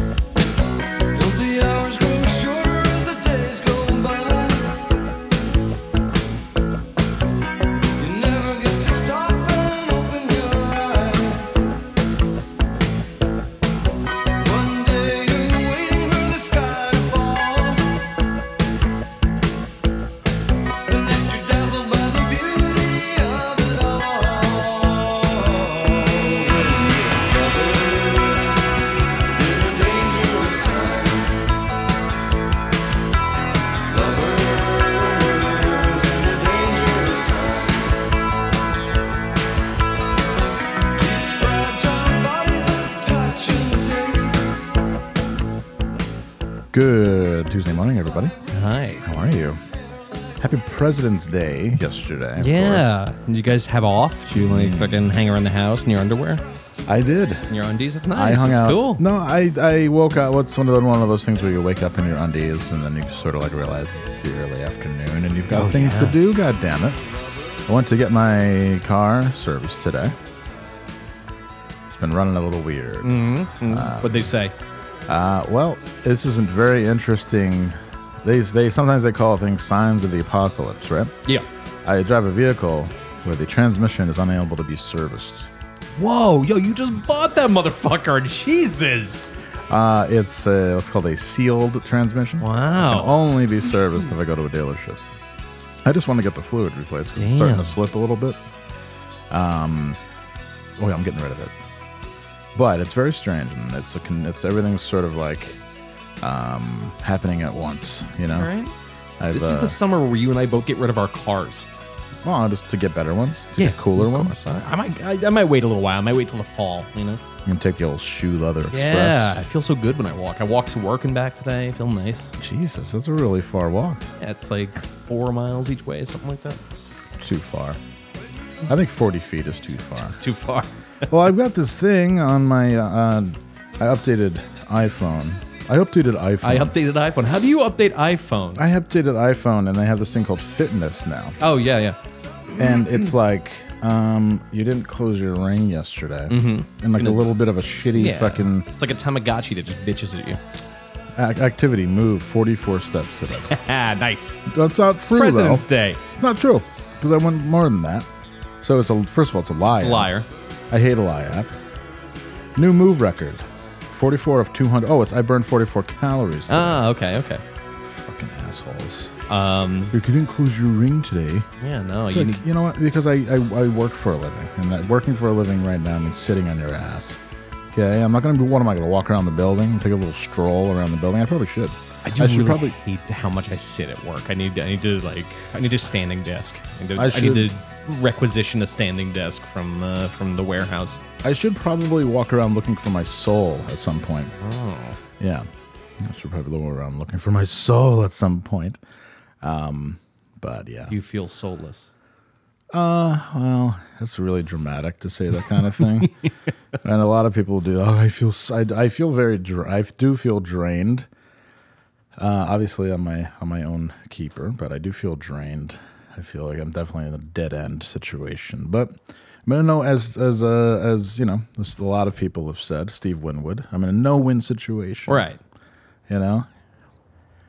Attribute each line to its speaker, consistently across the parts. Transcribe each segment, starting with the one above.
Speaker 1: Don't the hours grow shorter as the days go by? You never get to stop and open your eyes. One day you're waiting for the sky to fall. The next you're dazzled by the beauty of it all.
Speaker 2: Good Tuesday morning, everybody.
Speaker 3: Hi.
Speaker 2: How are you? Happy President's Day yesterday. of
Speaker 3: Yeah. Did you guys have off? Did you like fucking hang around the house in your underwear?
Speaker 2: course. I did.
Speaker 3: In your undies? It's nice.
Speaker 2: I hung
Speaker 3: it's
Speaker 2: out.
Speaker 3: cool.
Speaker 2: No, I I woke up. What's one of the, one of those things where you wake up in your undies and then you sort of like realize it's the early afternoon and you've got
Speaker 3: Oh,
Speaker 2: things to
Speaker 3: yeah.
Speaker 2: do. God damn it! I went to get my car serviced today. It's been running a little weird.
Speaker 3: Mm-hmm, What'd they say?
Speaker 2: Uh, well, this isn't very interesting. They they sometimes they call things signs of the apocalypse, right?
Speaker 3: Yeah.
Speaker 2: I drive a vehicle where the transmission is unable to be serviced.
Speaker 3: Whoa, yo, you just bought that motherfucker. Jesus.
Speaker 2: Uh, it's uh, what's called a sealed transmission. It can
Speaker 3: Wow.
Speaker 2: only be serviced if I go to a dealership. I just want to get the fluid replaced 'cause it's starting to
Speaker 3: Damn.
Speaker 2: slip a little bit. Um, oh, yeah, I'm getting rid of it. But it's very strange, and it's a con- it's everything's sort of like um, happening at once. You know,
Speaker 3: All right.
Speaker 2: I've,
Speaker 3: This is
Speaker 2: uh,
Speaker 3: the summer where you and I both get rid of our cars.
Speaker 2: well, just to get better ones, to get cooler
Speaker 3: of
Speaker 2: ones.
Speaker 3: course. I, I might, I, I might wait a little while. I might wait till the fall. You know.
Speaker 2: You can take the old shoe leather express.
Speaker 3: Yeah. I feel so good when I walk. I walked to work and back today. I feel nice.
Speaker 2: Jesus, that's a really far walk.
Speaker 3: Yeah, it's like four miles each way, something like that.
Speaker 2: Too far. I think 40 feet is too far.
Speaker 3: It's too far.
Speaker 2: well, I've got this thing on my. Uh, uh, I updated iPhone. I updated iPhone.
Speaker 3: I updated iPhone. How do you update iPhone?
Speaker 2: I updated iPhone, and they have this thing called Fitness now,
Speaker 3: oh yeah, yeah.
Speaker 2: and
Speaker 3: Mm.
Speaker 2: it's like um, you didn't close your ring yesterday, mm-hmm. and like a little bit of a shitty
Speaker 3: Yeah.
Speaker 2: fucking
Speaker 3: It's like a Tamagotchi that just bitches at you.
Speaker 2: ac- activity move 44 steps today.
Speaker 3: Ah, nice.
Speaker 2: That's not true.
Speaker 3: President's
Speaker 2: though.
Speaker 3: Day.
Speaker 2: Not true, because I went more than that. So it's a first of all, it's a lie.
Speaker 3: It's a liar.
Speaker 2: I hate a lie app. New move record. 44 of 200. Oh, it's I burned 44 calories. today.
Speaker 3: Ah, okay, okay.
Speaker 2: Fucking assholes.
Speaker 3: Um,
Speaker 2: You couldn't close your ring today.
Speaker 3: yeah, no,
Speaker 2: It's
Speaker 3: you
Speaker 2: like,
Speaker 3: need,
Speaker 2: you know what? Because I, I, I work for a living, and that working for a living right now means sitting on your ass. Okay, I'm not gonna be. What am I gonna walk around the building and take a little stroll around the building? I probably should.
Speaker 3: I do
Speaker 2: I should
Speaker 3: really
Speaker 2: probably-
Speaker 3: hate how much I sit at work. I need, I need to like, I need a standing desk. I need to,
Speaker 2: I
Speaker 3: I need
Speaker 2: should-
Speaker 3: to requisition a standing desk from uh, from the warehouse.
Speaker 2: I should probably walk around looking for my soul at some point. Oh. Yeah. I should probably go around looking for my soul at some point. Um, but yeah.
Speaker 3: You feel soulless.
Speaker 2: Uh, Well, that's really dramatic to say that kind of thing. and a lot of people do. Oh, I feel s- I, I feel very dra- I do feel drained. Uh, obviously on my on my own keeper, but I do feel drained. I feel like I'm definitely in a dead end situation. But I'm gonna know as as uh, as you know, as a lot of people have said, Steve Winwood. I'm in a no win situation.
Speaker 3: Right.
Speaker 2: You know,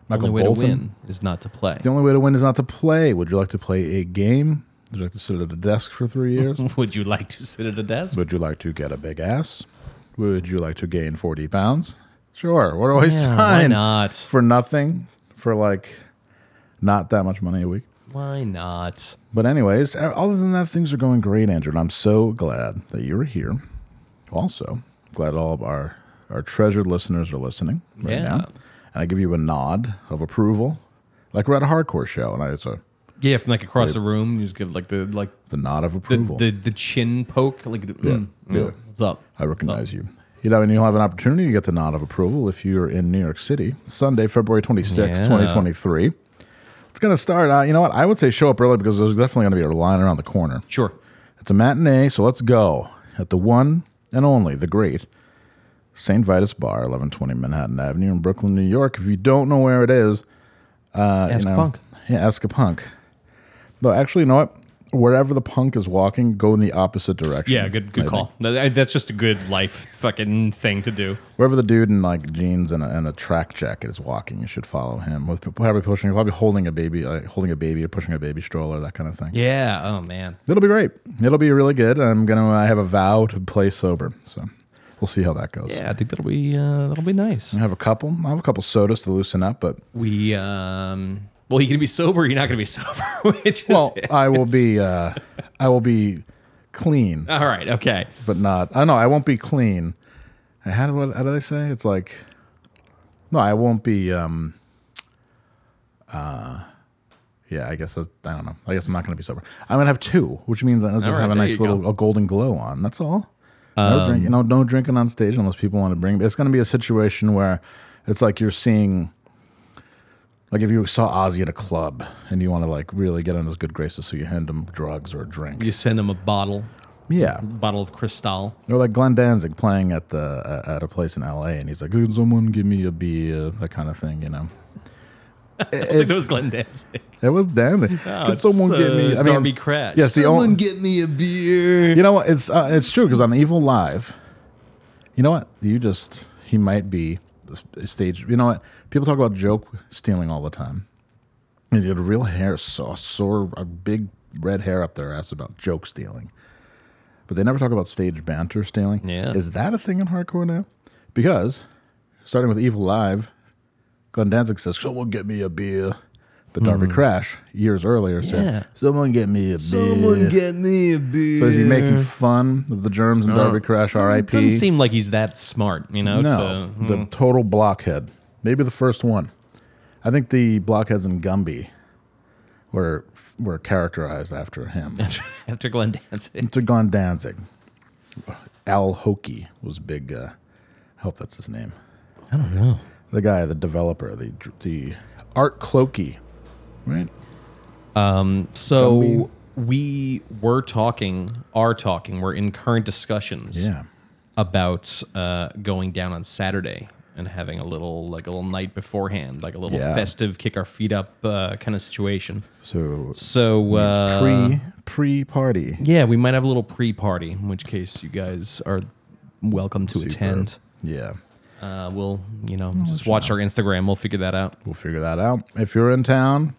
Speaker 3: Only
Speaker 2: Michael
Speaker 3: way
Speaker 2: Bolton.
Speaker 3: to win is not to play.
Speaker 2: The only way to win is not to play. Would you like to play a game? Would you like to sit at a desk for three years?
Speaker 3: Would you like to sit at a desk?
Speaker 2: Would you like to get a big ass? Would you like to gain 40 pounds? Sure. What do I
Speaker 3: Yeah,
Speaker 2: sign?
Speaker 3: why not?
Speaker 2: For nothing? For like not that much money a week.
Speaker 3: Why not?
Speaker 2: But anyways, uh, other than that, things are going great, Andrew. And I'm so glad that you were here. Also, glad all of our our treasured listeners are listening right
Speaker 3: Yeah.
Speaker 2: now. And I give you a nod of approval, like we're at a hardcore show, and I, it's a
Speaker 3: Yeah, from like across the room, you just give like the like
Speaker 2: the nod of
Speaker 3: the
Speaker 2: approval.
Speaker 3: the, the chin poke, like the, mm,
Speaker 2: yeah.
Speaker 3: what's up?
Speaker 2: I recognize you. You know, and you'll have an opportunity to get the nod of approval if you're in New York City, Sunday, February 26,
Speaker 3: Yeah.
Speaker 2: 2023. It's going to start, uh, you know what? I would say show up early because there's definitely going to be a line around the corner.
Speaker 3: Sure.
Speaker 2: It's a matinee, so let's go at the one and only, the great St. Vitus Bar, 1120 Manhattan Avenue in Brooklyn, New York. If you don't know where it is, uh,
Speaker 3: Ask a
Speaker 2: you know-
Speaker 3: punk.
Speaker 2: Yeah, ask a punk. Though, actually, you know what? Wherever the punk is walking, go in the opposite direction.
Speaker 3: Yeah, good
Speaker 2: I
Speaker 3: good
Speaker 2: think.
Speaker 3: call. No, that- That's just a good life fucking thing to do.
Speaker 2: Wherever the dude in like jeans and a, and a track jacket is walking, you should follow him. With probably pushing, probably holding a baby, like holding a baby or pushing a baby stroller, that kind of thing.
Speaker 3: Yeah. Oh man.
Speaker 2: It'll be great. It'll be really good. I'm gonna. I have a vow to play sober, so we'll see how that goes.
Speaker 3: Yeah, I think that'll be uh, that'll be nice.
Speaker 2: I have a couple. I have a couple sodas to loosen up, but
Speaker 3: We um. Well, you can be sober. You're not going to be sober. Which is
Speaker 2: well, I will be. Uh, I will be clean,
Speaker 3: all right. Okay.
Speaker 2: but not. I know I won't be clean. I had what? How did I say? It's like. No, I won't be. Um, uh, yeah, I guess that's, I don't know. I guess I'm not going to be sober. I'm going to have two, which means I'll just
Speaker 3: All right,
Speaker 2: have a
Speaker 3: there
Speaker 2: nice
Speaker 3: you
Speaker 2: little
Speaker 3: go. Um,
Speaker 2: a golden glow on. That's all. no drink, no, no drinking on stage unless people want to bring. It's going to be a situation where it's like you're seeing. Like if you saw Ozzy at a club and you want to like really get on his good graces, so you hand him drugs or a drink.
Speaker 3: You send them a bottle,
Speaker 2: Yeah,
Speaker 3: bottle of Cristal.
Speaker 2: or like Glenn Danzig playing at the at a place in L.A. and he's like, "Could someone give me a beer?" That kind of thing, you know.
Speaker 3: I think that was Glenn Danzig.
Speaker 2: It was Danzig. Could
Speaker 3: it's,
Speaker 2: someone get me?
Speaker 3: uh, Darby Cratch.
Speaker 2: Yes, the only.
Speaker 3: get me a beer.
Speaker 2: you know what? It's uh, it's true because on Evil Live, you know what? You just he might be the s- stage. You know what? People talk about joke stealing all the time. And you had a real hair saw sore a big red hair up their ass about joke stealing, but they never talk about stage banter stealing.
Speaker 3: Yeah.
Speaker 2: is that a thing in hardcore now? Because starting with Evil Live, Glenn Danzig says, "Someone get me a beer." But Darby Crash years earlier said,
Speaker 3: Hmm. Yeah.
Speaker 2: "Someone get me a beer."
Speaker 3: get me a beer.
Speaker 2: So is he making fun of the germs and Darby Crash RIP?
Speaker 3: Doesn't seem like he's that smart, you know. hmm.
Speaker 2: no,
Speaker 3: So,
Speaker 2: the total blockhead. Maybe the first one. I think the blockheads in Gumby were were characterized after him.
Speaker 3: after Glenn Danzig,
Speaker 2: to Gon Danzig. Al Hokey was big. Uh, I hope that's his name.
Speaker 3: I don't know.
Speaker 2: The guy, the developer, the the Art Clokey, right?
Speaker 3: Um, So we were talking, are talking, we're in current discussions
Speaker 2: Yeah.
Speaker 3: about uh, going down on Saturday and having a little like a little night beforehand, like a little
Speaker 2: Yeah.
Speaker 3: festive, kick our feet up uh, kind of situation.
Speaker 2: So
Speaker 3: So uh,
Speaker 2: pre pre party.
Speaker 3: yeah, we might have a little pre-party, in which case you guys are welcome to attend.
Speaker 2: Yeah.
Speaker 3: Uh, we'll you know just watch our Instagram. We'll figure that out.
Speaker 2: We'll figure that out. If you're in town,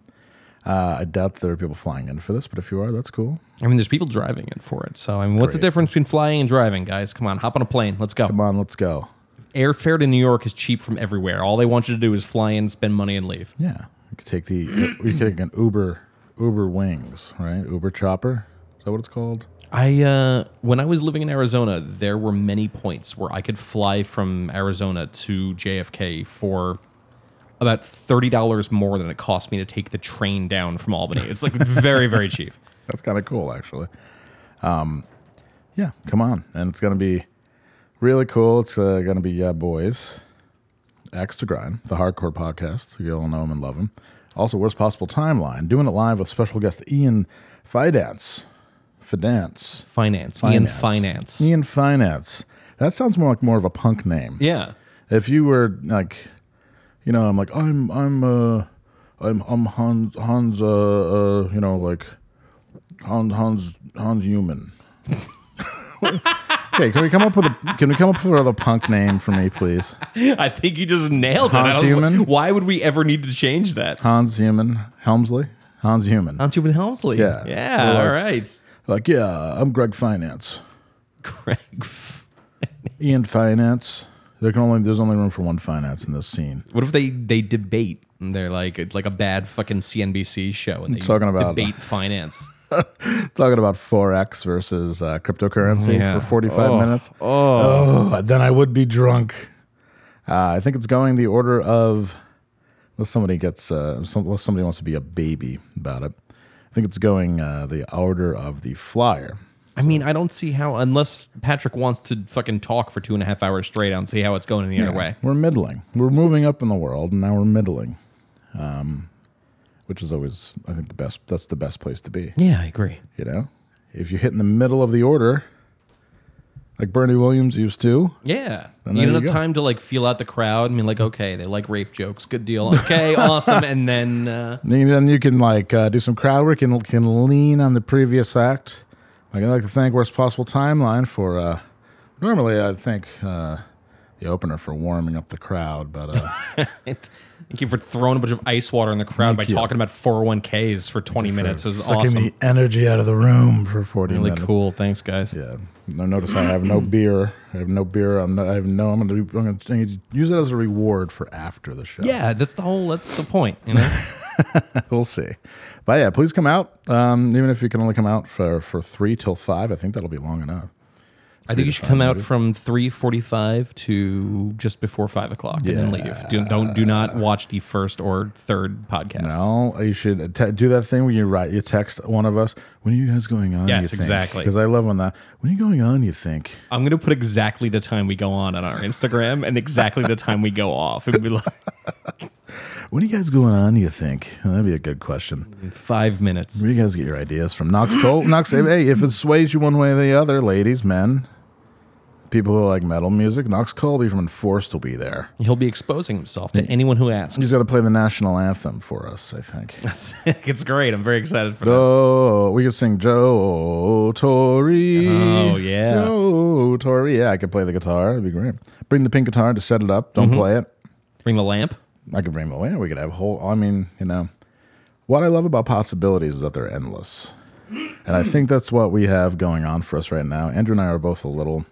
Speaker 2: uh, I doubt there are people flying in for this, but if you are, that's cool.
Speaker 3: I mean, there's people driving in for it. So I mean, what's the
Speaker 2: Great.
Speaker 3: difference between flying and driving, guys? Come on, hop on a plane. Let's go.
Speaker 2: Come on, let's go.
Speaker 3: airfare to New York is cheap from everywhere. All they want you to do is fly in, spend money, and leave.
Speaker 2: Yeah, we could take the we could take an Uber Uber Wings, right? Uber Chopper. Is that what it's called?
Speaker 3: I uh, when I was living in Arizona, there were many points where I could fly from Arizona to JFK for about thirty dollars more than it cost me to take the train down from Albany. It's like very very cheap.
Speaker 2: That's kind of cool, actually. Um, yeah, come on, and it's gonna be really cool. It's uh, gonna be yeah, boys. Axe to Grind, the hardcore podcast. You all know him and love him. Also, worst possible timeline. Doing it live with special guest Ian Fidance. Fidance.
Speaker 3: Finance, Ian finance.
Speaker 2: Ian Finance. That sounds more like more of a punk name.
Speaker 3: Yeah,
Speaker 2: If you were like, you know, I'm like I'm I'm uh I'm I'm Hans Hans uh, uh you know like Hans Hans Hans Human. okay, can we come up with a can we come up with another punk name for me, please?
Speaker 3: I think you just nailed it. I
Speaker 2: Hans
Speaker 3: don't-
Speaker 2: Human?
Speaker 3: Why would we ever need to change that?
Speaker 2: Hans Human Helmsley. Hans Human.
Speaker 3: Hans Human Helmsley.
Speaker 2: Yeah.
Speaker 3: yeah.
Speaker 2: We're
Speaker 3: All
Speaker 2: like-
Speaker 3: right,
Speaker 2: Like yeah, I'm Greg Finance.
Speaker 3: Greg.
Speaker 2: Ian Finance There can only there's only room for one finance in this scene.
Speaker 3: What if they they debate and they're like it's like a bad fucking CNBC show and they
Speaker 2: Talking about- uh,
Speaker 3: debate finance?
Speaker 2: Talking about forex versus uh, cryptocurrency
Speaker 3: Yeah.
Speaker 2: for 45 minutes. Oh. then I would be drunk. Uh, I think it's going the order of unless somebody gets uh, some, unless somebody wants to be a baby about it. I think it's going uh, the order of the flyer.
Speaker 3: I mean, I don't see how unless Patrick wants to fucking talk for two and a half hours straight, I don't see how it's going any other way.
Speaker 2: We're middling. We're moving up in the world, and now we're middling, um, which is always, I think, the best. That's the best place to be.
Speaker 3: Yeah, I agree.
Speaker 2: You know, if you hit in the middle of the order, like Bernie Williams used to,
Speaker 3: Yeah,
Speaker 2: Then
Speaker 3: you
Speaker 2: there
Speaker 3: don't
Speaker 2: you
Speaker 3: have
Speaker 2: go.
Speaker 3: time to like feel out the crowd and be like, okay, they like rape jokes, good deal. Okay, awesome, and then uh,
Speaker 2: then you- then you can like uh, do some crowd work and can lean on the previous act. Like I like to thank Worst Possible Timeline for. Uh, normally, I thank uh, the opener for warming up the crowd, but. Uh,
Speaker 3: it, thank you for throwing a bunch of ice water in the crowd by
Speaker 2: you.
Speaker 3: talking about 401ks for 20 minutes. It was
Speaker 2: sucking
Speaker 3: awesome.
Speaker 2: the energy out of the room for 40
Speaker 3: Really
Speaker 2: minutes.
Speaker 3: cool. Thanks, guys.
Speaker 2: Yeah. No, notice I have no beer. I have no beer. I'm not, I have no. I'm going to. I'm going to use it as a reward for after the show.
Speaker 3: Yeah, that's the whole. That's the point. You know.
Speaker 2: we'll see. But yeah, please come out. Um, even if you can only come out for for three till five, I think that'll be long enough.
Speaker 3: I think you should come out from three forty-five to just before five o'clock, and then leave. Do, don't do not watch the first or third podcast.
Speaker 2: No, you should te- do that thing when you write. You text one of us. When are you guys going on?
Speaker 3: Yes, exactly.
Speaker 2: Because I love when that. When are you going on? You think.
Speaker 3: I'm gonna put exactly the time we go on on our Instagram and exactly the time we go off. It'd be like
Speaker 2: When are you guys going on? You think. That'd be a good question.
Speaker 3: five minutes.
Speaker 2: Where you guys get your ideas from? Knox Cole. Knox, hey, if it sways you one way or the other, ladies, men, people who like metal music, Knox Colby from Enforced will be there.
Speaker 3: He'll be exposing himself to anyone who asks.
Speaker 2: He's got to play the national anthem for us, I think.
Speaker 3: it's great. I'm very excited for that.
Speaker 2: Oh, we could sing Joe Torre.
Speaker 3: Oh, yeah.
Speaker 2: Joe Torre. Yeah, I could play the guitar. It'd be great. Bring the pink guitar to set it up. Don't play it.
Speaker 3: Mm-hmm. Bring the lamp.
Speaker 2: I could bring the yeah, We could have a whole. I mean, you know, what I love about possibilities is that they're endless, and I think that's what we have going on for us right now. Andrew and I are both a little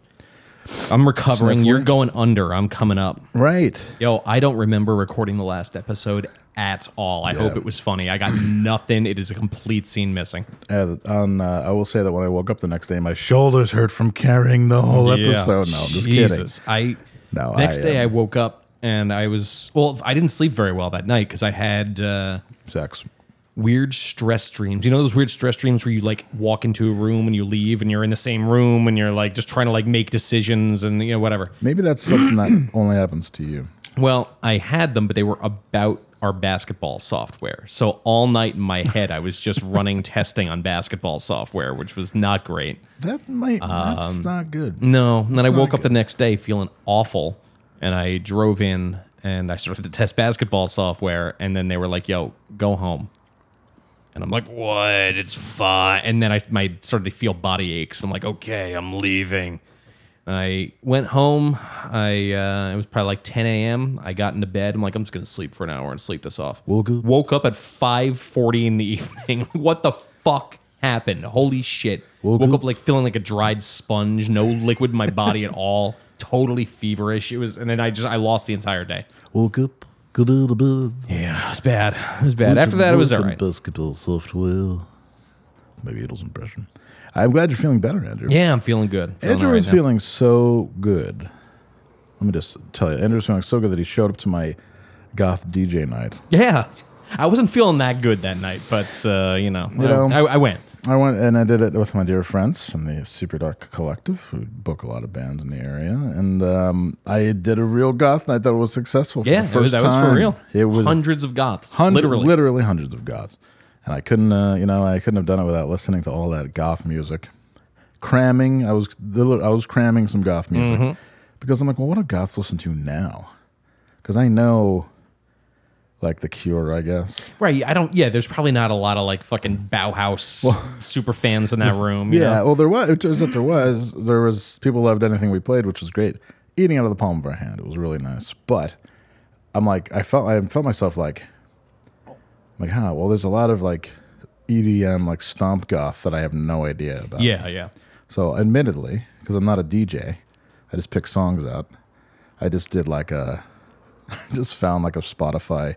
Speaker 3: I'm recovering.
Speaker 2: Sniffling.
Speaker 3: You're going under. I'm coming up.
Speaker 2: right.
Speaker 3: Yo, I don't remember recording the last episode at all. I hope it was funny. I got nothing. It is a complete scene missing.
Speaker 2: Uh, on, uh, I will say that when I woke up the next day, my shoulders hurt from carrying the whole episode. No, I'm just kidding.
Speaker 3: Jesus. I
Speaker 2: No,
Speaker 3: next
Speaker 2: I,
Speaker 3: day
Speaker 2: um,
Speaker 3: I woke up and I was well. I didn't sleep very well that night because I had uh,
Speaker 2: Sex.
Speaker 3: weird stress dreams. You know those weird stress dreams where you like walk into a room and you leave and you're in the same room and you're like just trying to like make decisions and you know whatever.
Speaker 2: Maybe that's something that only happens to you.
Speaker 3: Well, I had them, but they were about our basketball software. So all night in my head, I was just running testing on basketball software, which was not great. Um,
Speaker 2: That might. that's not good.
Speaker 3: No. And then I
Speaker 2: not
Speaker 3: woke up the
Speaker 2: good.
Speaker 3: next day feeling awful, and I drove in and I started to test basketball software, and then they were like, "Yo, go home." And I'm like, "What? It's fine." And then I my started to feel body aches. I'm like, "Okay, I'm leaving." I went home. I uh, it was probably like 10 a.m. I got into bed. I'm like, I'm just gonna sleep for an hour and sleep this off.
Speaker 2: Woke up.
Speaker 3: Woke up at 5:40 in the evening. what the fuck happened? Holy shit! Woke,
Speaker 2: Woke
Speaker 3: up
Speaker 2: up.
Speaker 3: like feeling like a dried sponge, no liquid in my body at all, totally feverish. It was, and then I just I lost the entire day.
Speaker 2: Woke up. Good little bit.
Speaker 3: Yeah, it was bad. It was bad. After that, it was all right.
Speaker 2: Basketball software. Maybe Edel's impression. I'm glad you're feeling better, Andrew.
Speaker 3: Yeah, I'm feeling good. Feeling
Speaker 2: Andrew
Speaker 3: all right
Speaker 2: is
Speaker 3: now.
Speaker 2: feeling so good. Let me just tell you, Andrew's feeling so good that he showed up to my goth DJ night.
Speaker 3: Yeah, I wasn't feeling that good that night, but uh, you know,
Speaker 2: know.
Speaker 3: I, I went.
Speaker 2: I went and I did it with my dear friends from the Super Dark Collective, who book a lot of bands in the area, and um, I did a real goth night that was successful. For
Speaker 3: Yeah,
Speaker 2: the
Speaker 3: it was,
Speaker 2: first
Speaker 3: that was for
Speaker 2: time.
Speaker 3: real.
Speaker 2: It was
Speaker 3: hundreds of goths,
Speaker 2: Hundred,
Speaker 3: literally.
Speaker 2: literally. hundreds of goths. And I couldn't, uh, you know, I couldn't have done it without listening to all that goth music. Cramming, I was, I was cramming some goth music because I'm like, well, what do goths listen to now? Because I know, like, The Cure, I guess.
Speaker 3: Right? I don't. Yeah, there's probably not a lot of like fucking Bauhaus super fans in that room. you
Speaker 2: Yeah.
Speaker 3: know?
Speaker 2: Well, there was. It turns out there was. There was people loved anything we played, which was great. Eating out of the palm of our hand, it was really nice. But I'm like, I felt, I felt myself like, I'm like, huh. Well, there's a lot of like EDM, like stomp goth that I have no idea about.
Speaker 3: yeah, yeah.
Speaker 2: So, admittedly, because I'm not a DJ, I just pick songs out. I just did like a, I just found like a Spotify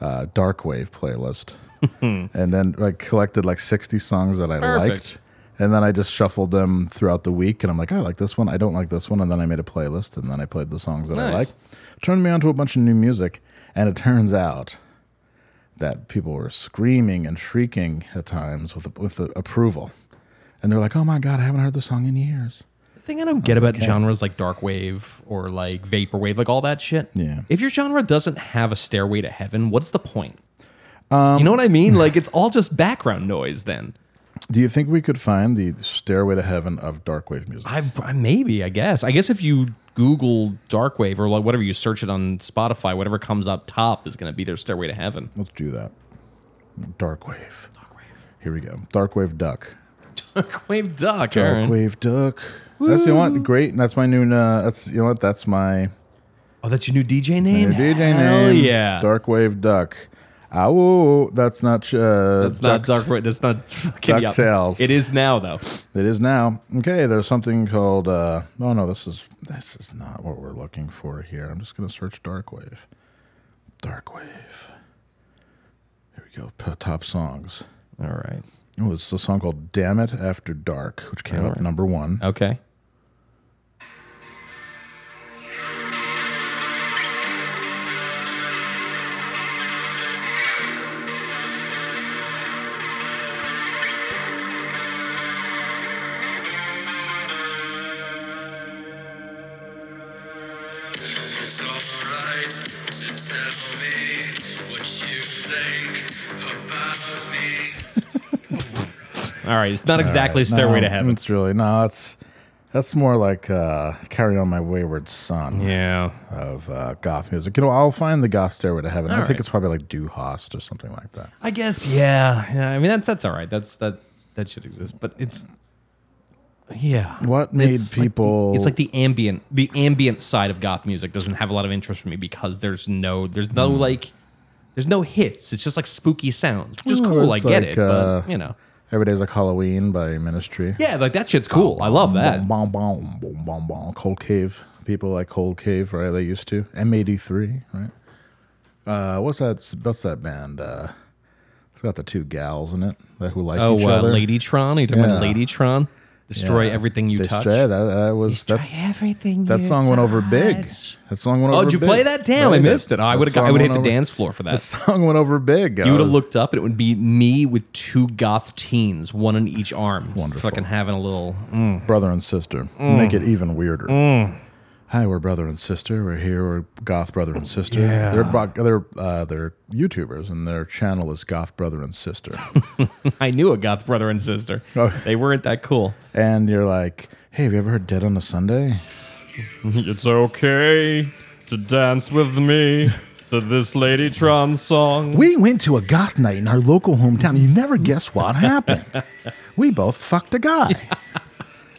Speaker 2: uh, dark wave playlist, and then like collected like sixty songs that I
Speaker 3: Perfect.
Speaker 2: liked, and then I just shuffled them throughout the week, and I'm like, I like this one, I don't like this one, and then I made a playlist, and then I played the songs that I like.
Speaker 3: Nice.
Speaker 2: Turned me onto a bunch of new music, and it turns out that people were screaming and shrieking at times with with approval, and they're like, "Oh my god, I haven't heard this song in years."
Speaker 3: The thing I don't get about genres like dark wave or like vaporwave, like all that shit.
Speaker 2: Yeah.
Speaker 3: If your genre doesn't have a stairway to heaven, what's the point?
Speaker 2: Um,
Speaker 3: you know what I mean? Like it's all just background noise. Then
Speaker 2: Do you think we could find the stairway to heaven of darkwave music?
Speaker 3: I, I maybe I guess I guess if you Google dark wave or like whatever you search it on Spotify, whatever comes up top is going to be their stairway to heaven.
Speaker 2: Let's do that. Darkwave. Here we go. Darkwave duck.
Speaker 3: Dark wave duck. Aaron.
Speaker 2: Darkwave duck. That's you know what? Great. That's my new. Uh, that's you know what? That's my
Speaker 3: Oh, that's your new DJ
Speaker 2: new
Speaker 3: name.
Speaker 2: DJ
Speaker 3: Hell
Speaker 2: name.
Speaker 3: yeah.
Speaker 2: Darkwave duck. Ow! That's not. Uh,
Speaker 3: That's not
Speaker 2: duck-
Speaker 3: dark wave. That's not fucking yeah.
Speaker 2: DuckTales.
Speaker 3: It is now though.
Speaker 2: It is now. Okay, there's something called. Uh, oh no, this is this is not what we're looking for here. I'm just gonna search Darkwave. Darkwave. Here we go. P- top songs.
Speaker 3: All right.
Speaker 2: Oh, this is a song called "Damn It After Dark," which came up number one.
Speaker 3: Okay.
Speaker 4: It's alright to tell me what you think about me.
Speaker 3: All right. It's not exactly stairway
Speaker 2: No,
Speaker 3: to heaven.
Speaker 2: It's really no. It's that's more like uh, "Carry On My Wayward Son"
Speaker 3: Yeah.
Speaker 2: of uh, goth music. You know, I'll find the goth stairway to heaven. I
Speaker 3: All
Speaker 2: think
Speaker 3: right.
Speaker 2: it's probably like "Du Hast" or something like that.
Speaker 3: I guess. Yeah. Yeah. I mean, that's that's all right. That's that that should exist, but it's. Yeah.
Speaker 2: What made
Speaker 3: It's like the-
Speaker 2: people-
Speaker 3: it's like the ambient, the ambient side of goth music doesn't have a lot of interest for me because there's no, there's
Speaker 2: Hmm.
Speaker 3: no like, there's no hits. It's just like spooky sounds, which is
Speaker 2: Well,
Speaker 3: cool. I
Speaker 2: Hmm, it's
Speaker 3: get
Speaker 2: like,
Speaker 3: it,
Speaker 2: uh,
Speaker 3: but you know,
Speaker 2: Every day's like Halloween by Ministry.
Speaker 3: yeah, like that shit's cool. I love that.
Speaker 2: Bon, bon, bon, bon, bon, bon. Cold Cave. People like Cold Cave, right? They used to. M83, right? Uh, what's that? What's that band? Uh, it's got the two gals in it that who like
Speaker 3: Oh,
Speaker 2: each
Speaker 3: uh,
Speaker 2: other.
Speaker 3: Ladytron. Are you talking about
Speaker 2: Yeah.
Speaker 3: Ladytron? Destroy
Speaker 2: Yeah.
Speaker 3: everything you
Speaker 2: They
Speaker 3: touch.
Speaker 2: stray- That, that was
Speaker 3: Destroy
Speaker 2: that's
Speaker 3: everything.
Speaker 2: that
Speaker 3: you
Speaker 2: song went over big.
Speaker 3: touch.
Speaker 2: That song went
Speaker 3: Oh,
Speaker 2: over.
Speaker 3: did you
Speaker 2: big.
Speaker 3: play that? Damn, I
Speaker 2: Played
Speaker 3: missed it. I
Speaker 2: That
Speaker 3: would
Speaker 2: song
Speaker 3: I would hit
Speaker 2: went
Speaker 3: the
Speaker 2: over-
Speaker 3: dance floor for
Speaker 2: That
Speaker 3: that.
Speaker 2: song went over big. I
Speaker 3: You would have
Speaker 2: was-
Speaker 3: looked up, and it would be me with two goth teens, one in each arm,
Speaker 2: Wonderful.
Speaker 3: fucking having a little.
Speaker 2: brother and sister. Make it even weirder. Hi, we're brother and sister. We're here. We're goth brother and sister. They're bo- they're uh, they're YouTubers, and their channel is goth brother and sister.
Speaker 3: I knew a goth brother and sister.
Speaker 2: Oh.
Speaker 3: They weren't that cool.
Speaker 2: and you're like, hey, have you ever heard Dead on a Sunday?
Speaker 3: It's okay to dance with me to this Lady Tron song.
Speaker 2: We went to a goth night in our local hometown. You never guess what happened. we both fucked a guy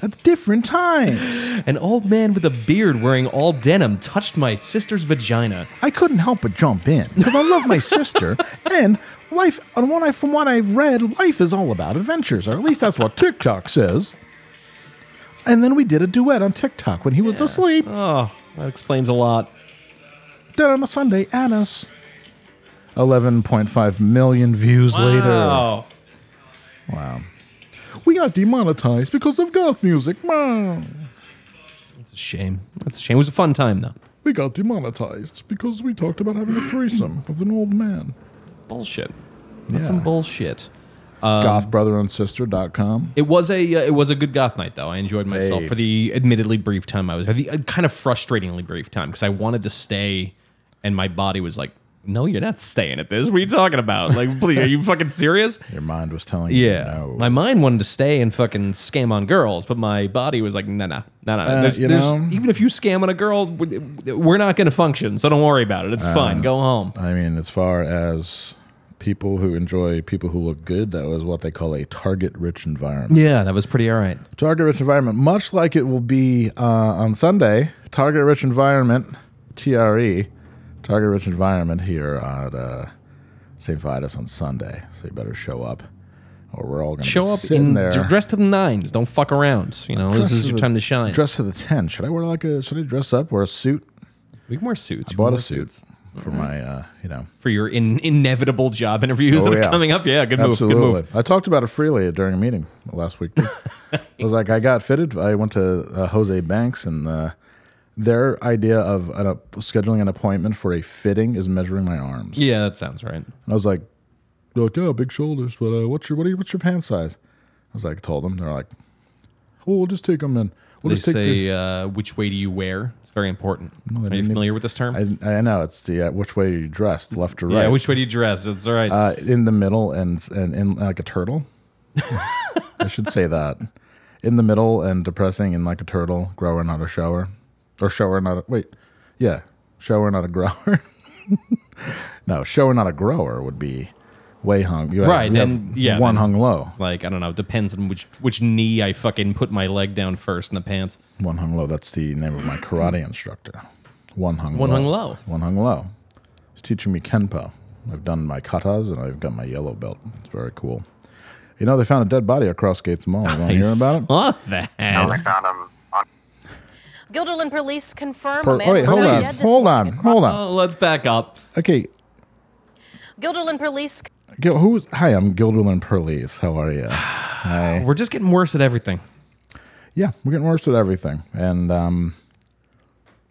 Speaker 2: at different times.
Speaker 3: An old man with a beard wearing all denim touched my sister's vagina.
Speaker 2: I couldn't help but jump in because I love my sister and life. On what I, from what I've read, life is all about adventures, or at least that's what TikTok says. And then we did a duet on TikTok when he was asleep.
Speaker 3: Oh, that explains a lot.
Speaker 2: Did on a Sunday, Anna's. Eleven point five million views later.
Speaker 3: Wow.
Speaker 2: Wow. We got demonetized because of goth music. Wow.
Speaker 3: That's a shame. That's a shame. It was a fun time though.
Speaker 2: We got demonetized because we talked about having a threesome with an old man.
Speaker 3: Bullshit. That's
Speaker 2: Yeah.
Speaker 3: some bullshit. Um,
Speaker 2: Gothbrotherandsister.com.
Speaker 3: It was a uh, it was a good goth night though. I enjoyed myself
Speaker 2: Hey.
Speaker 3: for the admittedly brief time I was there. The uh, kind of frustratingly brief time because I wanted to stay, and my body was like, "No, you're not staying at this. What are you talking about? Like, please, are you fucking serious?"
Speaker 2: Your mind was telling you
Speaker 3: Yeah.
Speaker 2: no.
Speaker 3: My mind wanted to stay and fucking scam on girls, but my body was like, "No, no, no, no. There's-
Speaker 2: Uh, you
Speaker 3: there's-
Speaker 2: know-
Speaker 3: Even if you scam on a girl, we- we're not going to function. So don't worry about it. It's
Speaker 2: Uh,
Speaker 3: fine. Go home."
Speaker 2: I mean, as far as people who enjoy people who look good, that was what they call a target rich environment.
Speaker 3: Yeah, that was pretty all right.
Speaker 2: Target rich environment, much like it will be uh, on Sunday, target rich environment, TRE, target rich environment here at uh, St. Vitus on Sunday. So you better show up. Or we're all going to
Speaker 3: Show up
Speaker 2: sitting
Speaker 3: in
Speaker 2: there.
Speaker 3: dress to the nines. Don't fuck around. You know, this
Speaker 2: Dress
Speaker 3: is
Speaker 2: to
Speaker 3: your
Speaker 2: the-
Speaker 3: time to shine.
Speaker 2: Dress to the ten. Should I wear like a? Should I dress up? Wear a suit?
Speaker 3: We can wear
Speaker 2: I
Speaker 3: suits. We can
Speaker 2: bought a
Speaker 3: wear
Speaker 2: suit
Speaker 3: suits.
Speaker 2: for my, uh, you know,
Speaker 3: for your in- inevitable job interviews
Speaker 2: Oh,
Speaker 3: that are
Speaker 2: yeah.
Speaker 3: coming up. Yeah, good
Speaker 2: absolutely.
Speaker 3: move. Good move.
Speaker 2: I talked about it freely during a meeting last week. too. I was like, I got fitted. I went to uh, Jose Banks, and uh, their idea of an, uh, scheduling an appointment for a fitting is measuring my arms.
Speaker 3: Yeah, that sounds right.
Speaker 2: And I was like, they're like, yeah, big shoulders, but uh, what's your what are, you- what's your pant size? I was like, told them. They're like, oh, we'll just take them in. We'll
Speaker 3: they
Speaker 2: just take
Speaker 3: say
Speaker 2: the-
Speaker 3: uh, which way do you wear? It's very important.
Speaker 2: they
Speaker 3: are you
Speaker 2: didn't
Speaker 3: familiar
Speaker 2: even-
Speaker 3: with this term?
Speaker 2: I, I know it's the uh, which way are you dressed, left or right?
Speaker 3: Yeah, which way do you dress? That's all right.
Speaker 2: uh, in the middle and and in like a turtle. I should say that in the middle and depressing and like a turtle, grower not a shower, or shower not a wait, yeah, shower not a grower. no, shower not a grower would be way hung. You have-
Speaker 3: Right,
Speaker 2: you have
Speaker 3: then- yeah,
Speaker 2: one
Speaker 3: then-
Speaker 2: hung low.
Speaker 3: like I don't know. Depends on which which knee I fucking put my leg down first in the pants.
Speaker 2: One Hung Low. That's the name of my karate instructor. One Hung
Speaker 3: One
Speaker 2: Low.
Speaker 3: Hung Low.
Speaker 2: One Hung Low. He's teaching me Kenpo. I've done my katas and I've got my yellow belt. It's very cool. You know, they found a dead body across Gates Mall. You want to
Speaker 3: I
Speaker 2: hear about it?
Speaker 3: saw that.
Speaker 5: Guilderland police confirm
Speaker 2: Per-
Speaker 5: a man
Speaker 2: oh, wait,
Speaker 5: was
Speaker 2: hold
Speaker 5: found
Speaker 2: on.
Speaker 5: dead this
Speaker 2: Hold on.
Speaker 5: morning.
Speaker 2: Hold on.
Speaker 3: Oh, let's back up.
Speaker 2: Okay.
Speaker 5: Guilderland police
Speaker 2: Gil, who's, hi, I'm Gilderland Perlis. How are you?
Speaker 3: We're just getting worse at everything.
Speaker 2: Yeah, we're getting worse at everything. And um,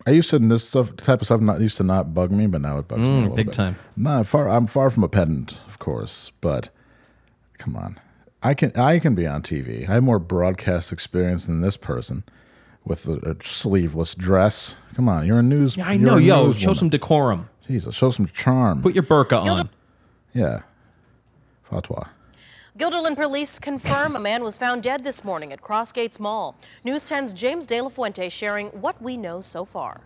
Speaker 2: I used to this stuff type of stuff not used to not bug me, but now it bugs me a little
Speaker 3: Mm, big
Speaker 2: bit.
Speaker 3: time.
Speaker 2: Nah, far I'm far from a pedant, of course, but come on, I can I can be on TV. I have more broadcast experience than this person with a, a sleeveless dress. Come on, you're a news.
Speaker 3: Yeah, I
Speaker 2: you're
Speaker 3: know.
Speaker 2: a
Speaker 3: Yo,
Speaker 2: news
Speaker 3: show
Speaker 2: woman.
Speaker 3: some decorum.
Speaker 2: Jesus, show some charm.
Speaker 3: Put your burqa on.
Speaker 2: yeah, fatwa.
Speaker 5: Guilderland police confirm a man was found dead this morning at Crossgates Mall. News 10's James De La Fuente sharing what we know so far.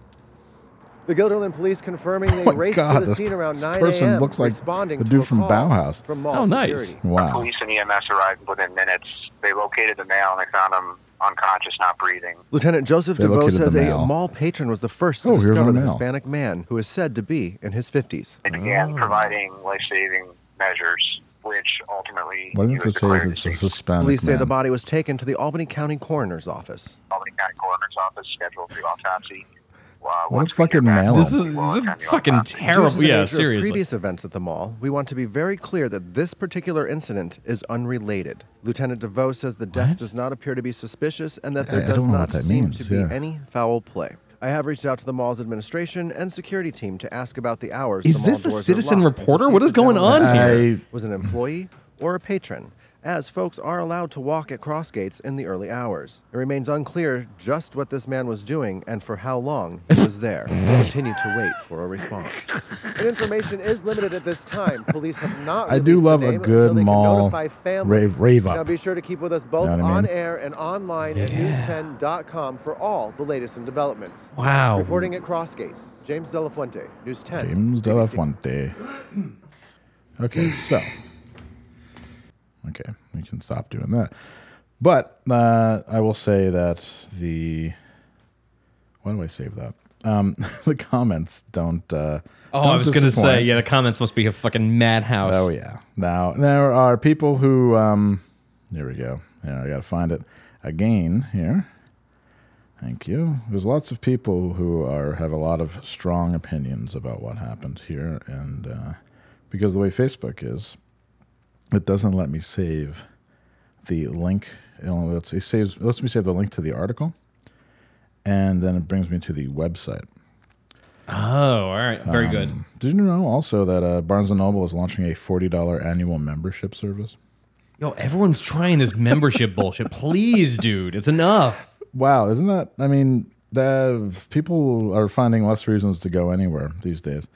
Speaker 6: The Guilderland police confirming they
Speaker 2: Oh my
Speaker 6: raced
Speaker 2: God,
Speaker 6: to the
Speaker 2: this
Speaker 6: scene around 9
Speaker 2: person
Speaker 6: a.m.
Speaker 2: looks like
Speaker 6: responding
Speaker 2: the
Speaker 6: to
Speaker 2: dude
Speaker 6: a
Speaker 2: from
Speaker 6: call
Speaker 2: Bauhaus.
Speaker 6: From mall
Speaker 3: Oh, nice.
Speaker 6: security.
Speaker 2: Wow.
Speaker 7: Police and EMS arrived within minutes. They located the male and they found him unconscious, not breathing.
Speaker 6: Lieutenant Joseph
Speaker 2: They
Speaker 6: DeVoe
Speaker 2: located
Speaker 6: says
Speaker 2: the
Speaker 6: a
Speaker 2: male.
Speaker 6: mall patron was the first to
Speaker 2: Oh, here's
Speaker 6: discover
Speaker 2: our
Speaker 6: the
Speaker 2: male.
Speaker 6: Hispanic man who is said to be in his 50s.
Speaker 7: They
Speaker 2: Oh.
Speaker 7: began providing life-saving measures, which ultimately
Speaker 2: Why
Speaker 7: he
Speaker 2: didn't
Speaker 7: was
Speaker 2: they say
Speaker 7: declared
Speaker 2: it's a
Speaker 7: deceased.
Speaker 2: Hispanic
Speaker 6: Police say
Speaker 2: man?
Speaker 6: the body was taken to the Albany County Coroner's Office.
Speaker 7: Albany County Coroner's Office scheduled for autopsy. Uh,
Speaker 2: a
Speaker 7: once we
Speaker 2: fucking
Speaker 7: hear back
Speaker 2: male.
Speaker 7: from
Speaker 3: This
Speaker 7: the
Speaker 3: is,
Speaker 7: people,
Speaker 3: this
Speaker 7: we'll
Speaker 3: is
Speaker 7: attend the
Speaker 3: fucking
Speaker 7: autopsy.
Speaker 6: Due
Speaker 3: terrible.
Speaker 6: to the
Speaker 3: Yeah,
Speaker 6: nature of
Speaker 3: seriously.
Speaker 6: previous events at the mall, we want to be very clear that this particular incident is unrelated. Lieutenant DeVoe says the death
Speaker 3: What?
Speaker 6: does not appear to be suspicious and that
Speaker 2: I-
Speaker 6: there
Speaker 2: I
Speaker 6: does
Speaker 2: don't know
Speaker 6: not
Speaker 2: what that
Speaker 6: seem
Speaker 2: means,
Speaker 6: to be
Speaker 2: yeah.
Speaker 6: any foul play. I have reached out to the mall's administration and security team to ask about the hours.
Speaker 3: Is
Speaker 6: the mall
Speaker 3: this a
Speaker 6: doors are
Speaker 3: citizen
Speaker 6: locked to
Speaker 3: reporter?
Speaker 6: see
Speaker 3: What
Speaker 6: if
Speaker 3: is
Speaker 6: the
Speaker 3: going
Speaker 6: gentleman
Speaker 3: on here?
Speaker 2: I
Speaker 6: Was an employee or a patron? As folks are allowed to walk at crossgates in the early hours, it remains unclear just what this man was doing and for how long he was there. We Continue to wait for a response. And information is limited at this time. Police have not.
Speaker 2: I do
Speaker 6: released the
Speaker 2: love a
Speaker 6: name
Speaker 2: good
Speaker 6: until they can
Speaker 2: mall
Speaker 6: notify families.
Speaker 2: rave- rave up.
Speaker 6: Now be sure to keep with us both
Speaker 2: Know what I
Speaker 6: on
Speaker 2: mean?
Speaker 6: air and online at news10.com for all the latest in developments.
Speaker 3: Wow.
Speaker 6: Reporting at crossgates, James De La Fuente, News 10.
Speaker 2: James De La
Speaker 6: BBC.
Speaker 2: Fuente. Okay, so. Okay, we can stop doing that. But uh, I will say that the. Why do I save that? Um, the comments don't. Uh,
Speaker 3: Oh,
Speaker 2: don't
Speaker 3: I was going to say,
Speaker 2: disappoint.
Speaker 3: yeah, the comments must be a fucking madhouse.
Speaker 2: Oh yeah. Now there are people who um here we go. Yeah, I gotta find it again here. Thank you. There's lots of people who are have a lot of strong opinions about what happened here and uh, because the way Facebook is, it doesn't let me save the link. It only lets it saves it lets me save the link to the article and then it brings me to the website. Um,
Speaker 3: Oh, all right. Very good.
Speaker 2: Did you know also that uh, Barnes and Noble is launching a $40 annual membership service?
Speaker 3: Yo, everyone's trying this membership bullshit. Please, dude, it's enough.
Speaker 2: Wow, isn't that? I mean, the, people are finding less reasons to go anywhere these days.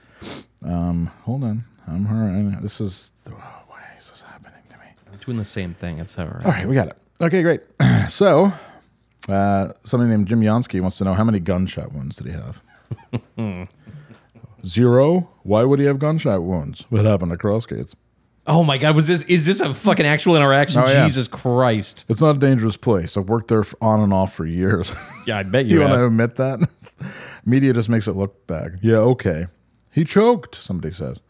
Speaker 2: Um, hold on, I'm her. This is oh, why is this happening to me?
Speaker 3: I'm doing the same thing. It's all right.
Speaker 2: All right, we got it. Okay, great. So, uh, somebody named Jim Yansky wants to know how many gunshot wounds did he have?
Speaker 3: Mm.
Speaker 2: Zero. Why would he have gunshot wounds? What happened to Crossgates?
Speaker 3: Oh my god, was this is this a fucking actual interaction?
Speaker 2: Oh, yeah.
Speaker 3: Jesus Christ.
Speaker 2: It's not a dangerous place. I've worked there f- on and off for years.
Speaker 3: Yeah, I bet
Speaker 2: You
Speaker 3: you,
Speaker 2: want to
Speaker 3: have.
Speaker 2: admit that? Media just makes it look bad. Yeah, okay. He choked, somebody says.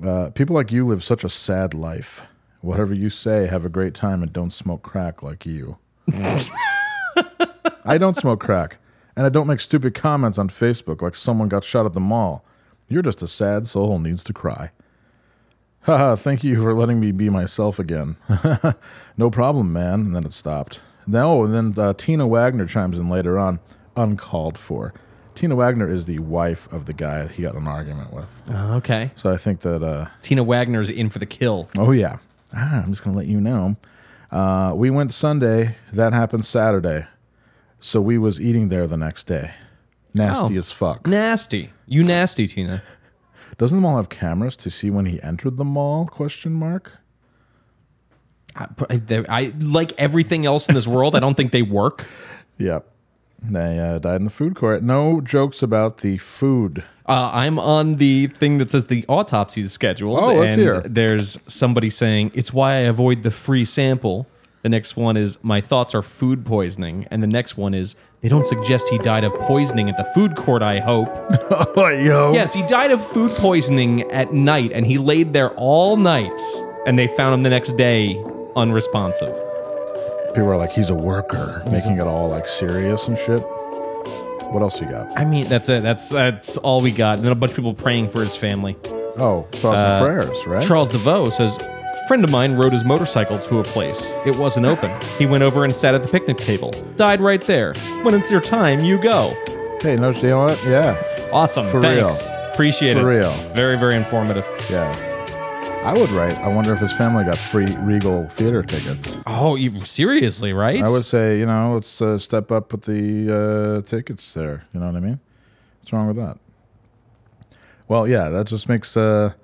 Speaker 2: Uh, people like you live such a sad life. Whatever you say, have a great time and don't smoke crack like you. I don't smoke crack. And I don't make stupid comments on Facebook like someone got shot at the mall. You're just a sad soul who needs to cry. Haha, thank you for letting me be myself again. no problem, man. And then it stopped. No, and then uh, Tina Wagner chimes in later on, uncalled for. Tina Wagner is the wife of the guy he got in an argument with.
Speaker 3: Uh, okay.
Speaker 2: So I think that uh,
Speaker 3: Tina Wagner's in for the kill.
Speaker 2: Oh yeah. Ah, I'm just gonna let you know. Uh, we went Sunday. That happened Saturday. So we was eating there the next day. Nasty
Speaker 3: Oh.
Speaker 2: as fuck.
Speaker 3: Nasty. You nasty, Tina.
Speaker 2: Doesn't the mall have cameras to see when he entered the mall? Question mark.
Speaker 3: I, I- I like everything else in this world. I don't think they work.
Speaker 2: Yep. They uh, died in the food court. No jokes about the food.
Speaker 3: Uh, I'm on the thing that says the autopsy is scheduled.
Speaker 2: Oh, let's
Speaker 3: and
Speaker 2: hear.
Speaker 3: There's somebody saying, It's why I avoid the free sample. The next one is, My thoughts are food poisoning. And the next one is, They don't suggest he died of poisoning at the food court, I hope.
Speaker 2: Oh, yo.
Speaker 3: yes, he died of food poisoning at night, and he laid there all night. And they found him the next day unresponsive.
Speaker 2: People are like, he's a worker, making it all like serious and shit. What else you got?
Speaker 3: I mean, that's it. That's that's all we got. And then a bunch of people praying for his family. Uh,
Speaker 2: Oh, thoughts and prayers, right?
Speaker 3: Charles DeVoe says, Friend of mine rode his motorcycle to a place. It wasn't open. He went over and sat at the picnic table. Died right there. When it's your time, you go.
Speaker 2: hey, no, you know what? Yeah.
Speaker 3: Awesome.
Speaker 2: For
Speaker 3: Thanks. Appreciate
Speaker 2: For
Speaker 3: it.
Speaker 2: real.
Speaker 3: Very, very informative.
Speaker 2: Yeah. I would write. I wonder if his family got free Regal theater tickets.
Speaker 3: Oh, you seriously, right?
Speaker 2: I would say, you know, let's uh, step up with the uh, tickets there. You know what I mean? What's wrong with that? Well, yeah, that just makes uh,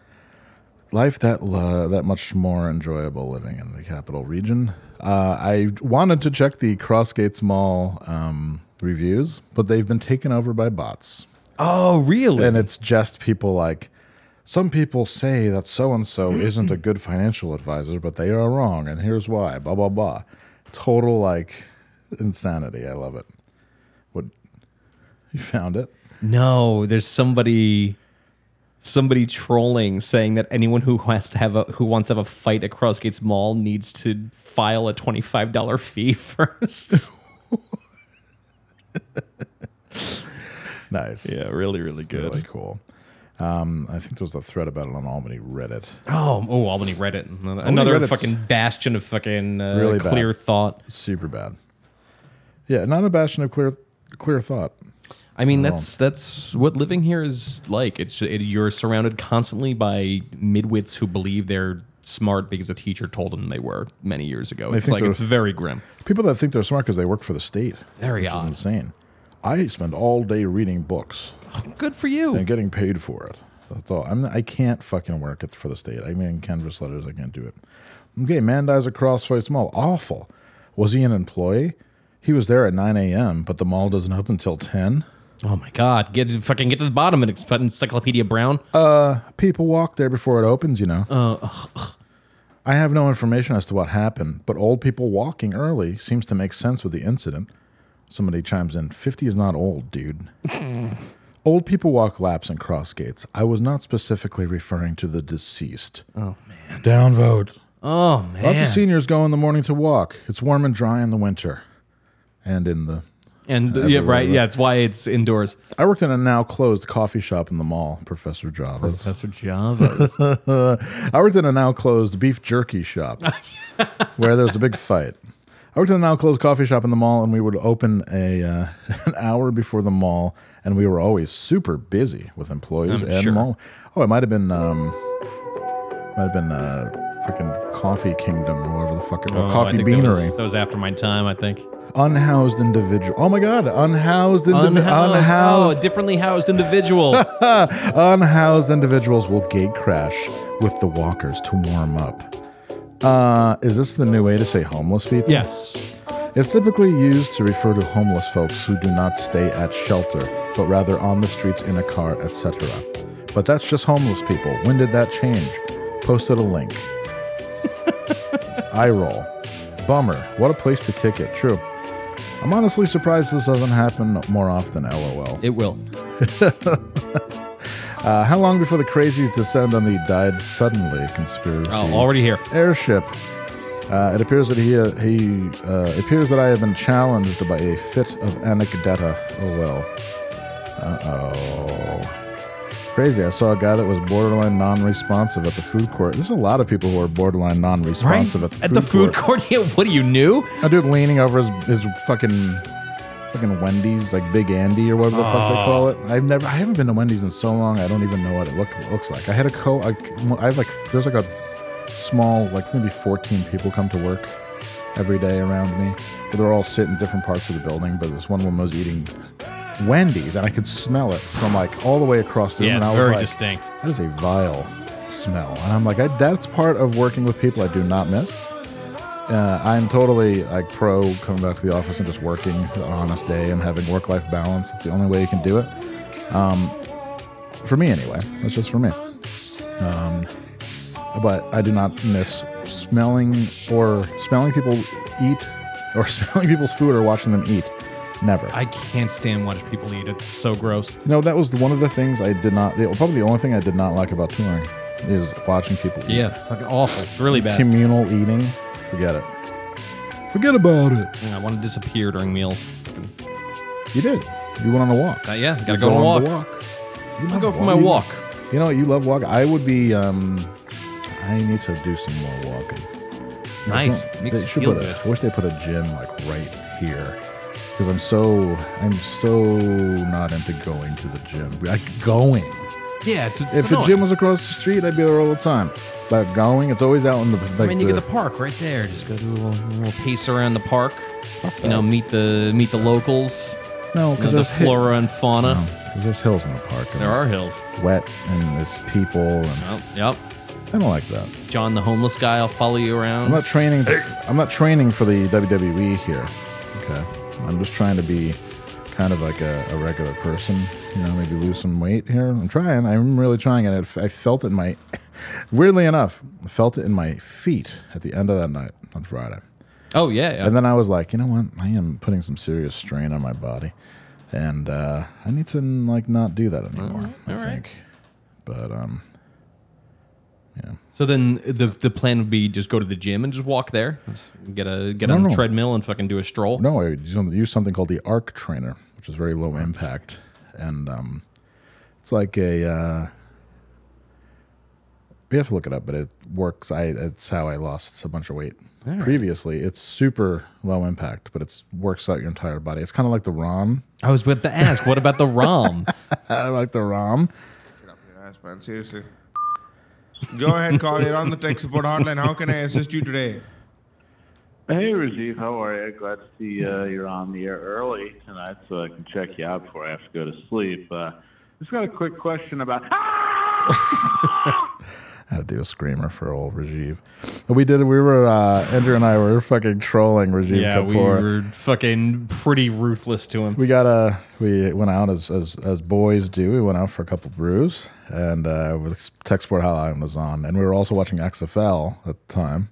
Speaker 2: life that uh, that much more enjoyable living in the capital region. Uh, I wanted to check the Crossgates Mall um, reviews, but they've been taken over by bots.
Speaker 3: Oh, really?
Speaker 2: And it's just people like, some people say that so and so isn't a good financial advisor, but they are wrong, and here's why, blah, blah, blah. Total like insanity. I love it. What? You found it?
Speaker 3: No, there's somebody somebody trolling saying that anyone who has to have a who wants to have a fight at Crossgates Mall needs to file a $25 fee first.
Speaker 2: Nice.
Speaker 3: yeah, really really good.
Speaker 2: Really cool. Um, I think there was a thread about it on Albany Reddit.
Speaker 3: Oh, oh, Albany Reddit, another, another
Speaker 2: Reddit's-
Speaker 3: fucking bastion of fucking uh,
Speaker 2: Really bad.
Speaker 3: clear thought.
Speaker 2: Super bad. Yeah, not a bastion of clear, clear thought.
Speaker 3: I mean, that's that's what living here is like. It's ju- it, you're surrounded constantly by midwits who believe they're smart because a teacher told them they were many years ago. It's
Speaker 2: think
Speaker 3: like
Speaker 2: they're-
Speaker 3: it's very grim.
Speaker 2: People that think they're smart because they work for the state.
Speaker 3: Very
Speaker 2: which is
Speaker 3: odd.
Speaker 2: insane. I spend all day reading books.
Speaker 3: Good for you.
Speaker 2: and getting paid for it. That's all. I'm, I can't fucking work it for the state. I mean, canvas letters, I can't do it. Okay, man dies at Crossface Mall. Awful. Was he an employee? He was there at 9 a.m., but the mall doesn't open until 10.
Speaker 3: Oh my god, get fucking get to the bottom of it, Encyclopedia Brown.
Speaker 2: Uh, People walk there before it opens, you know. I have no information as to what happened, but old people walking early seems to make sense with the incident. Somebody chimes in 50 is not old, dude. old people walk laps and cross gates. I was not specifically referring to the deceased. Oh, man. Downvote.
Speaker 3: oh man,
Speaker 2: Lots of seniors go in the morning to walk. It's warm and dry in the winter. And in the.
Speaker 3: and yeah, right, yeah, it's why it's indoors.
Speaker 2: I worked in a now closed coffee shop in the mall, Professor Java's.
Speaker 3: Professor Java's.
Speaker 2: I worked in a now closed beef jerky shop where there was a big fight. I worked in a now closed coffee shop in the mall, and we would open a uh, an hour before the mall, and we were always super busy with employees
Speaker 3: I'm
Speaker 2: and
Speaker 3: sure.
Speaker 2: mall. Oh, it might have been um, might have been uh, fucking Coffee Kingdom or whatever the fuck it was,
Speaker 3: Oh, I
Speaker 2: Coffee
Speaker 3: think that was-
Speaker 2: Beanery.
Speaker 3: That was, after my time, I think.
Speaker 2: unhoused individual. Oh my god, unhoused individual.
Speaker 3: Unhoused.
Speaker 2: unhoused
Speaker 3: Oh, differently housed individual.
Speaker 2: Unhoused individuals will gate crash with the walkers to warm up. Uh, is this the new way to say homeless people?
Speaker 3: yes.
Speaker 2: It's typically used to refer to homeless folks who do not stay at shelter, but rather on the streets in a car, etc. But that's just homeless people. When did that change? Posted a link. I roll. Bummer. What a place to kick it. True. I'm honestly surprised this doesn't happen more often, lol.
Speaker 3: It will.
Speaker 2: Uh, how long before the crazies descend on the died suddenly conspiracy?
Speaker 3: Oh, already here.
Speaker 2: Airship. Uh, it appears that he uh, he uh, appears that I have been challenged by a fit of anecdata. Oh well. Uh oh. Crazy. I saw a guy that was borderline non-responsive at the food court. There's a lot of people who are borderline
Speaker 3: Right?
Speaker 2: non-responsive
Speaker 3: At the food court? Yeah, what are you, new?
Speaker 2: A dude leaning over his, his fucking fucking Wendy's, like Big Andy or whatever the fuck they
Speaker 3: Oh.
Speaker 2: call it. I've never, I haven't been to Wendy's in so long. I don't even know what it look, looks like. I had a co, I, I have like, there's like a small, like maybe 14 people come to work every day around me. But they're all sitting in different parts of the building. But this one woman was eating Wendy's, and I could smell it from like all the way across the room.
Speaker 8: Yeah,
Speaker 2: and
Speaker 8: it's
Speaker 2: I was
Speaker 8: very
Speaker 2: like,
Speaker 8: distinct.
Speaker 2: that is a vile smell. And I'm like, I, that's part of working with people I do not miss. Uh, I'm totally like pro coming back to the office and just working an honest day and having work life balance. It's the only way you can do it. Um, for me, anyway. That's just for me. Um, but I do not miss smelling or smelling people eat or smelling people's food or watching them eat. Never.
Speaker 8: I can't stand watch people eat. It's so gross.
Speaker 2: No, that was one of the things I did not. The, probably the only thing I did not like about touring is watching people. eat.
Speaker 3: Yeah, fucking awful. It's really bad.
Speaker 2: Communal eating. Forget it. Forget about it.
Speaker 3: I want to disappear during meals.
Speaker 2: You did. You went on a walk.
Speaker 3: Uh, yeah, gotta
Speaker 2: You
Speaker 3: go on a walk.
Speaker 2: the walk. You
Speaker 3: I'll
Speaker 2: love
Speaker 3: go for my
Speaker 2: You-
Speaker 3: walk.
Speaker 2: You know, you love walk. I would be. um I need to do some more walking. I
Speaker 3: Nice.
Speaker 2: don't-
Speaker 3: Makes
Speaker 2: they
Speaker 3: you
Speaker 2: should
Speaker 3: feel
Speaker 2: put a-
Speaker 3: good.
Speaker 2: I wish they put a gym like right here. Because I'm so I'm so not into going to the gym. Like going.
Speaker 3: Yeah, it's, it's
Speaker 2: If the gym was across the street, I'd be there all the time. But going, it's always out in the. Like
Speaker 3: I mean, you
Speaker 2: the,
Speaker 3: get the park right there. Just go do a little, little pace around the park. You know, meet the meet the locals.
Speaker 2: no,
Speaker 3: You know,
Speaker 2: because
Speaker 3: the
Speaker 2: there's hi-
Speaker 3: flora and fauna.
Speaker 2: No, 'cause there's hills in the park. and
Speaker 3: There are hills.
Speaker 2: it's wet and there's people, and
Speaker 3: Oh, yep.
Speaker 2: I don't like that.
Speaker 3: John, the homeless guy, I'll follow you around.
Speaker 2: I'm not training. I'm not training for the WWE here. Okay, I'm just trying to be kind of like a, a regular person. You know, maybe lose some weight here. I'm trying. I'm really trying, and it, I felt it in my. Weirdly enough, I felt it in my feet at the end of that night on Friday.
Speaker 3: oh yeah, yeah.
Speaker 2: And then I was like, you know what? I am putting some serious strain on my body, and uh, I need to like not do that anymore. I
Speaker 3: Mm-hmm. all right.
Speaker 2: think. But um,
Speaker 3: so then the the plan would be just go to the gym and just walk there. Just Get a get
Speaker 2: No,
Speaker 3: on the
Speaker 2: no.
Speaker 3: treadmill and fucking do a stroll.
Speaker 2: no, I use some- use something called the Arc Trainer, which is very low impact, and um, it's like a. Uh, we have to look it up, but it works. I it's how I lost a bunch of weight previously. It's super low impact, but it's works out your entire body. It's kind of like the ROM.
Speaker 3: I was about to ask, what about the ROM?
Speaker 2: I like the ROM.
Speaker 9: Yes, man, seriously. Go ahead, call it on the tech support hotline. How can I assist you today?
Speaker 7: Hey, Rajiv, how are you? Glad to see uh, you're on the air early tonight, so I can check you out before I have to go to sleep. Uh, just got a quick question about.
Speaker 2: had to do a screamer for old Rajiv. And we did. We were uh, Andrew and I were fucking trolling Rajiv
Speaker 3: yeah,
Speaker 2: Kapoor.
Speaker 3: we were fucking pretty ruthless to him.
Speaker 2: We got a. We went out as as as boys do. We went out for a couple brews, and uh, with tech support hotline was on, and we were also watching XFL at the time.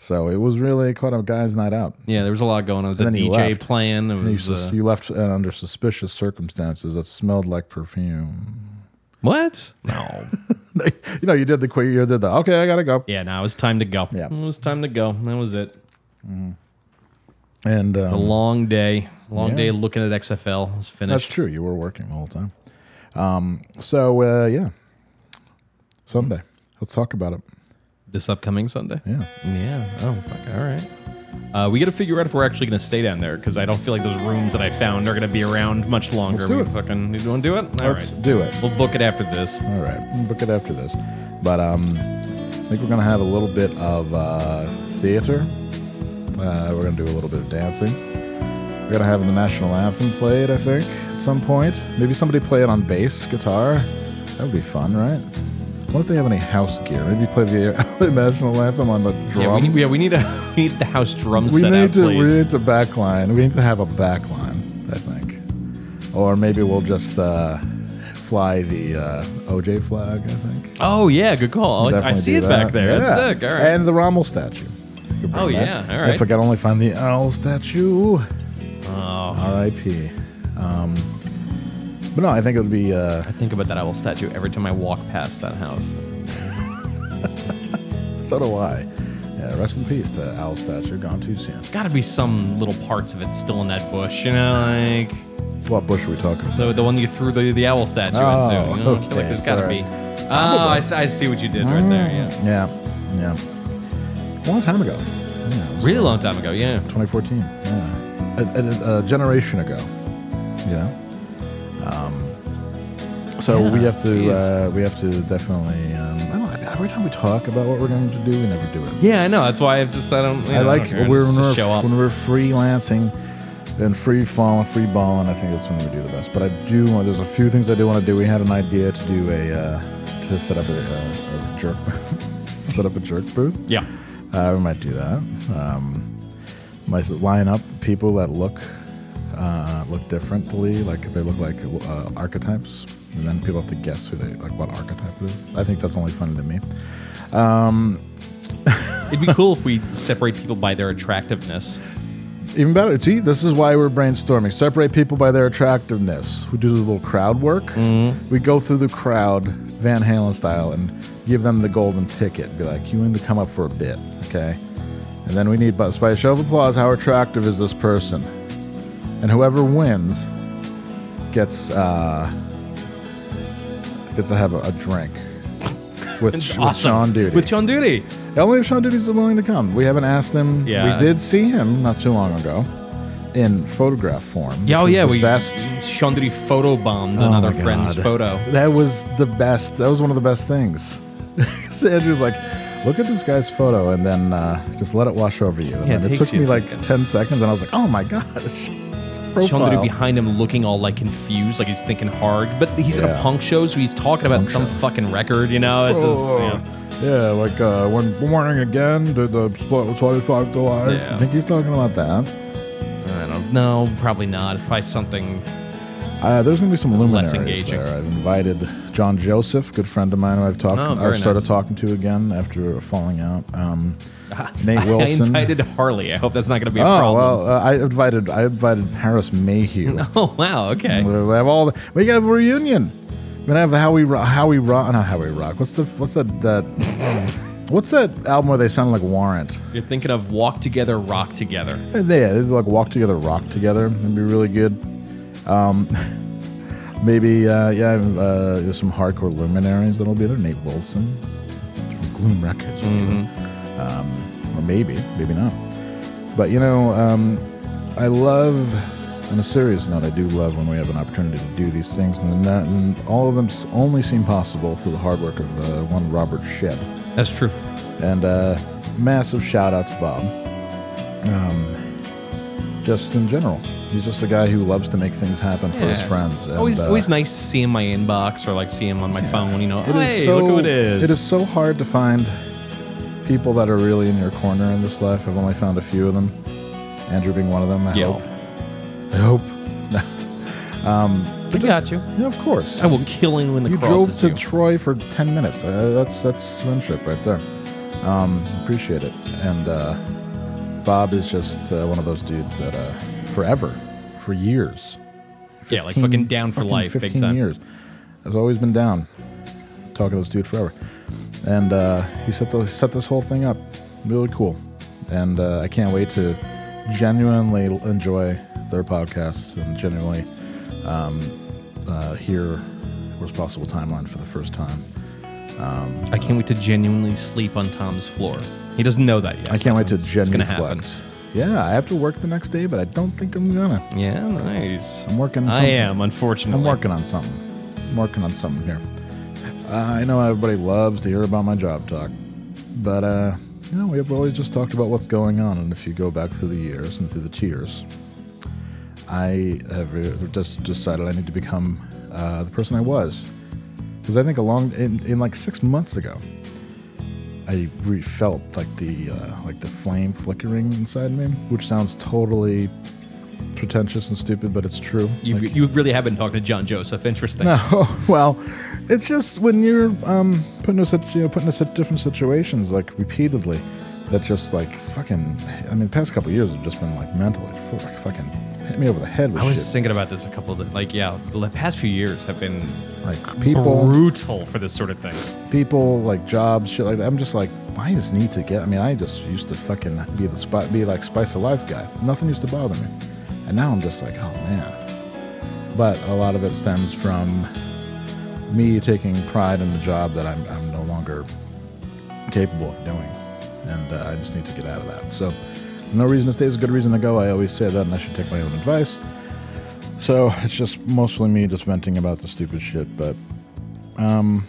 Speaker 2: So it was really quite a guy's night out.
Speaker 3: Yeah, there was a lot going on. There was a
Speaker 2: And then he
Speaker 3: DJ
Speaker 2: left.
Speaker 3: playing. There
Speaker 2: You,
Speaker 3: was
Speaker 2: sus-
Speaker 3: uh,
Speaker 2: you left uh, under suspicious circumstances that smelled like perfume.
Speaker 3: what? No.
Speaker 2: you know, you did the quick. You did the okay. I gotta go.
Speaker 3: yeah, now it was time to go.
Speaker 2: Yeah.
Speaker 3: it was time to go. That was it.
Speaker 2: And um,
Speaker 3: A long day, long
Speaker 2: Yeah.
Speaker 3: day looking at XFL. It was
Speaker 2: That's
Speaker 3: finished.
Speaker 2: true. You were working the whole time. Um, so uh, yeah, Sunday. Let's talk about it.
Speaker 3: This upcoming Sunday.
Speaker 2: Yeah,
Speaker 3: Yeah. Oh, fuck. All right. Uh, we got to figure out if we're actually going to stay down there because I don't feel like those rooms that I found are going to be around much longer.
Speaker 2: do
Speaker 3: we
Speaker 2: it.
Speaker 3: fucking you want to do it? All
Speaker 2: let's
Speaker 3: right.
Speaker 2: do it.
Speaker 3: We'll book it after this.
Speaker 2: All right, we'll book it after this. But um, I think we're gonna have a little bit of uh, theater. Uh, we're gonna do a little bit of dancing. We're gonna have the national anthem played. I think at some point. Maybe somebody play it on bass guitar. That would be fun, right? What if they have any house gear? Maybe play the, the national anthem on the drums.
Speaker 3: Yeah, we need, yeah, we need a we need the house drum
Speaker 2: we
Speaker 3: set
Speaker 2: need
Speaker 3: out,
Speaker 2: to
Speaker 3: please.
Speaker 2: we need to backline. We need to have a backline, I think, or maybe we'll just uh, fly the uh, OJ flag. I think.
Speaker 3: oh yeah, good call. I, I
Speaker 2: Definitely
Speaker 3: see
Speaker 2: do
Speaker 3: it
Speaker 2: that.
Speaker 3: back there.
Speaker 2: Yeah.
Speaker 3: That's sick. All right.
Speaker 2: And the Rommel statue. You could
Speaker 3: Oh,
Speaker 2: bring
Speaker 3: yeah,
Speaker 2: that.
Speaker 3: all right.
Speaker 2: If I could only find the owl statue.
Speaker 3: oh,
Speaker 2: R.I.P. Um, but no, I think it would be. Uh,
Speaker 3: I think about that owl statue every time I walk past that house.
Speaker 2: so do I. Yeah, rest in peace to Al Thatcher, gone too soon.
Speaker 3: Got to be some little parts of it still in that bush, you know, like
Speaker 2: What bush are we talking about?
Speaker 3: the, the one you threw the, the owl statue
Speaker 2: Oh,
Speaker 3: into. You know? I feel
Speaker 2: okay,
Speaker 3: like there's got to
Speaker 2: sorry.
Speaker 3: be. Oh, I, s- I see what you did right there. Yeah,
Speaker 2: Yeah, yeah. Long time ago. Yeah, it was
Speaker 3: really long time ago. Yeah,
Speaker 2: 2014. Yeah, a, a, a generation ago. You know. Um, so we
Speaker 3: Yeah,
Speaker 2: have to.
Speaker 3: jeez.
Speaker 2: Uh, we have to definitely. Um, I don't. know, Every time we talk about what we're going to do, we never do it.
Speaker 3: yeah, I know. That's why I just I don't. You know,
Speaker 2: I
Speaker 3: don't
Speaker 2: like
Speaker 3: care.
Speaker 2: when we're,
Speaker 3: Just-
Speaker 2: when
Speaker 3: just
Speaker 2: we're,
Speaker 3: show up.
Speaker 2: when we're freelancing and free falling, free balling. I think that's when we do the best. But I do want. There's a few things I do want to do. We had an idea to do a uh, to set up a, uh, a jerk set up a jerk booth.
Speaker 3: Yeah.
Speaker 2: uh, we might do that. Um, might line up people that look uh, look differently, like they look like uh, archetypes, and then people have to guess who they like what archetype it is. I think that's only fun to me. Um,
Speaker 3: It'd be cool if we separate people by their attractiveness.
Speaker 2: Even better. See, this is why we're brainstorming. Separate people by their attractiveness. We do a little crowd work. We go through the crowd, Van Halen style, and give them the golden ticket. Be like, you need to come up for a bit, okay? And then we need, by by a show of applause, how attractive is this person? And whoever wins gets uh, gets to have a, a drink with, with Sean Duty.
Speaker 3: With Sean Duty.
Speaker 2: Only if Sean Duty's willing to come. We haven't asked him.
Speaker 3: Yeah.
Speaker 2: We did see him not too long ago in photograph form.
Speaker 3: Yeah, oh
Speaker 2: which is
Speaker 3: yeah,
Speaker 2: the
Speaker 3: we
Speaker 2: best.
Speaker 3: Sean Duty photo bombed
Speaker 2: Oh
Speaker 3: another
Speaker 2: my
Speaker 3: friend's
Speaker 2: God.
Speaker 3: photo.
Speaker 2: That was the best. That was one of the best things. so Andrew's like, look at this guy's photo and then uh, just let it wash over you. And
Speaker 3: Yeah, it
Speaker 2: then it,
Speaker 3: takes
Speaker 2: took
Speaker 3: you
Speaker 2: me
Speaker 3: a
Speaker 2: like
Speaker 3: second.
Speaker 2: 10 seconds and I was like, oh my God. It's
Speaker 3: Sean
Speaker 2: profile.
Speaker 3: Duty behind him looking all like confused, like he's thinking hard. But he's at a
Speaker 2: Yeah.
Speaker 3: punk show, so he's talking about
Speaker 2: Punk Oh.
Speaker 3: some fucking record, you know? It's just, you
Speaker 2: Yeah,
Speaker 3: know.
Speaker 2: like uh, when Morning Again did the split with 25 to Life.
Speaker 3: Yeah.
Speaker 2: I think he's talking about that.
Speaker 3: I don't know. Probably not. It's probably something.
Speaker 2: Uh, there's going to be some luminaries
Speaker 3: engaging.
Speaker 2: there. I've invited John Joseph, good friend of mine who I've talked
Speaker 3: Oh,
Speaker 2: I've
Speaker 3: very
Speaker 2: started
Speaker 3: nice.
Speaker 2: talking to again after falling out. Um, Nate Wilson.
Speaker 3: Ah, I invited Harley. I hope that's not going to be a
Speaker 2: oh,
Speaker 3: problem.
Speaker 2: well, uh, I invited I invited Paris Mayhew.
Speaker 3: Oh wow. Okay.
Speaker 2: We we have all the, we have a reunion. We're going to have Howie Rock, Howie Rock, not Howie Rock. What's the what's that that What's that album where they sound like Warrant?
Speaker 3: You're thinking of walk together, rock together.
Speaker 2: Yeah, Uh, they like walk together, rock together. It'd be really good. Um, maybe uh, yeah, uh, there's some hardcore luminaries that'll be there. Nate Wilson from Gloom Records, will be there. um, or maybe, maybe not. But you know, um, I love. On a serious note, I do love when we have an opportunity to do these things, and, that, and all of them s- only seem possible through the hard work of uh, one Robert Shedd.
Speaker 3: That's true.
Speaker 2: And uh, massive shout out to Bob. Um, just in general, he's just a guy who loves to make things happen for his
Speaker 3: Yeah.
Speaker 2: friends. and,
Speaker 3: always,
Speaker 2: uh,
Speaker 3: always nice to see him in my inbox or like see him on my phone. You know,
Speaker 2: it is
Speaker 3: hey,
Speaker 2: so-
Speaker 3: look who it is.
Speaker 2: It is so hard to find people that are really in your corner in this life. I've only found a few of them. Andrew being one of them. I
Speaker 3: Yeah.
Speaker 2: hope. I hope. um, but
Speaker 3: got
Speaker 2: just-
Speaker 3: you.
Speaker 2: Yeah, of course.
Speaker 3: I will kill anyone that
Speaker 2: You drove
Speaker 3: crosses
Speaker 2: to
Speaker 3: you.
Speaker 2: Troy for ten minutes. Uh, that's that's friendship right there. Um, appreciate it. And uh, Bob is just uh, one of those dudes that uh, forever, for years.
Speaker 3: Yeah, like fucking down for
Speaker 2: fucking
Speaker 3: life, big
Speaker 2: 15
Speaker 3: time.
Speaker 2: years. I've always been down. Talking to this dude forever, and uh, he set the, set this whole thing up really cool. And uh, I can't wait to genuinely enjoy their podcasts and genuinely um, uh, hear responsible timeline for the first time. Um,
Speaker 3: I can't wait to genuinely sleep on Tom's floor. He doesn't know that yet.
Speaker 2: I can't wait to
Speaker 3: It's- it's
Speaker 2: genuflect.
Speaker 3: gonna happen.
Speaker 2: Yeah, I have to work the next day, but I don't think I'm gonna.
Speaker 3: Yeah, nice.
Speaker 2: I'm working. on
Speaker 3: I
Speaker 2: something.
Speaker 3: am, unfortunately.
Speaker 2: I'm working on something. I'm working on something here. Uh, I know everybody loves to hear about my job talk, but uh, you know, we have always just talked about what's going on, and if you go back through the years and through the tiers, I have uh, just decided I need to become uh, the person I was, because I think along in, in like six months ago, I re- felt like the uh, like the flame flickering inside me, which sounds totally pretentious and stupid, but it's true.
Speaker 3: You,
Speaker 2: Like-
Speaker 3: you really have been talking to John Joseph. Interesting.
Speaker 2: no, well, it's just when you're um, putting us at you know, putting us at different situations like repeatedly, that just like fucking. I mean, the past couple of years have just been like mentally fu- like, fucking hit me over the head with
Speaker 3: I was
Speaker 2: shit.
Speaker 3: thinking about this a couple of like yeah, the past few years have been
Speaker 2: like people-
Speaker 3: brutal for this sort of thing.
Speaker 2: people, like jobs, shit like that. I'm just like, I just need to get. I mean, I just used to fucking be the spot, be like spice of life guy. Nothing used to bother me, and now I'm just like, oh man. But a lot of it stems from me taking pride in the job that I'm, I'm no longer capable of doing, and uh, I just need to get out of that. So, no reason to stay is a good reason to go. I always say that, and I should take my own advice. So it's just mostly me just venting about the stupid shit, but um,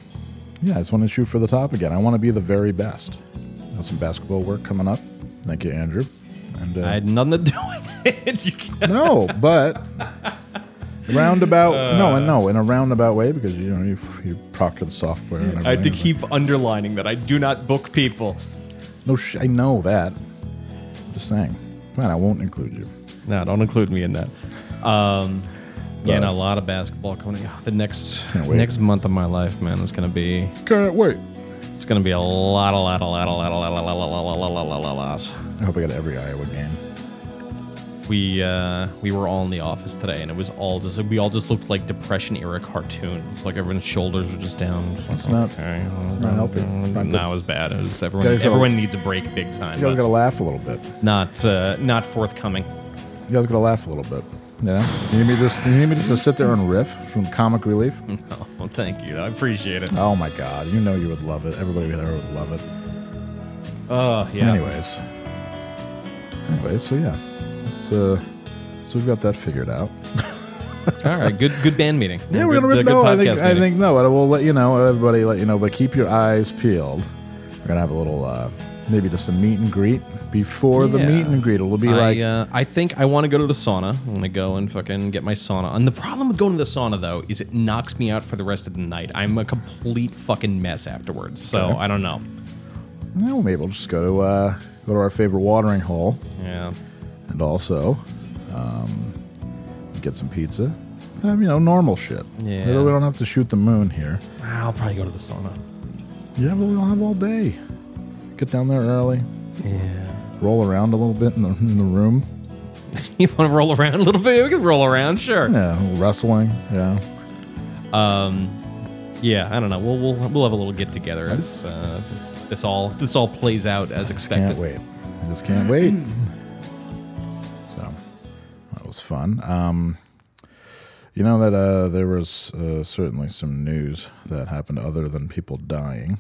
Speaker 2: yeah, I just want to shoot for the top again. I want to be the very best. Got some basketball work coming up. Thank you, Andrew. And uh,
Speaker 3: I had nothing to do with it. You can't-
Speaker 2: no, but roundabout
Speaker 3: Uh,
Speaker 2: no, and no, in a roundabout way because you know you you proctor the software. And everything.
Speaker 3: I had to keep underlining that I do not book people.
Speaker 2: No, sh- I know that. just saying. Man, I won't include you.
Speaker 3: No, don't include me in that. Um, yeah, and
Speaker 2: But-
Speaker 3: a lot of basketball coming. up. The next
Speaker 2: Can't wait.
Speaker 3: next month of my life, man, is gonna be.
Speaker 2: Can't wait.
Speaker 3: It's gonna be a lot, a lot, a lot, a lot, a lot, a lot, a lot, a lot, a lot, a lot, a lot, a lot.
Speaker 2: I hope I got every Iowa game.
Speaker 3: We uh, we were all in the office today, and it was all just we all just looked like Depression era cartoons. Like everyone's shoulders were just down. It's
Speaker 2: It's not- it's not healthy. It's not
Speaker 3: No,
Speaker 2: good.
Speaker 3: it was bad. It was everyone.
Speaker 2: Gotta go.
Speaker 3: Everyone needs a break, big time.
Speaker 2: You guys
Speaker 3: That's
Speaker 2: got to laugh a little bit.
Speaker 3: Not uh, not forthcoming.
Speaker 2: You guys got to laugh a little bit. You know? You need me just you need me just to sit there and riff from comic relief.
Speaker 3: Hmm. No, Oh, thank you. I appreciate it.
Speaker 2: Oh my God! You know you would love it. Everybody there would love it.
Speaker 3: Oh yeah.
Speaker 2: Anyways. Anyway, so yeah, it's uh, so we've got that figured out.
Speaker 3: All right, good good band meeting.
Speaker 2: Yeah, we're
Speaker 3: Good- uh,
Speaker 2: gonna rip
Speaker 3: good
Speaker 2: no. I think
Speaker 3: podcast
Speaker 2: I
Speaker 3: meeting.
Speaker 2: think no. I will let you know. Everybody, let you know. But keep your eyes peeled. We're gonna have a little, uh, maybe just a meet and greet before the
Speaker 3: Yeah.
Speaker 2: meet and greet. It'll be
Speaker 3: I,
Speaker 2: like
Speaker 3: uh, I think I want to go to the sauna. I'm gonna go and fucking get my sauna. on. the problem with going to the sauna though is it knocks me out for the rest of the night. I'm a complete fucking mess afterwards. So
Speaker 2: Okay.
Speaker 3: I don't know. uh,
Speaker 2: no. Maybe we'll just go to uh, go to our favorite watering hole.
Speaker 3: Yeah.
Speaker 2: And also, um, get some pizza. Um, you know, normal shit.
Speaker 3: Yeah.
Speaker 2: We don't have to shoot the moon here.
Speaker 3: I'll probably go to the sauna.
Speaker 2: Yeah, but we'll have all day. Get down there early.
Speaker 3: Yeah.
Speaker 2: Roll around a little bit in the, in the room.
Speaker 3: you want to roll around a little bit? We can roll around, sure.
Speaker 2: Yeah, wrestling. Yeah.
Speaker 3: Um, yeah, I don't know. We'll we'll, we'll have a little get together if, uh, if this all if this all plays out as expected.
Speaker 2: Can't wait. I just can't wait. So that was fun. Um, you know that uh, there was uh, certainly some news that happened other than people dying.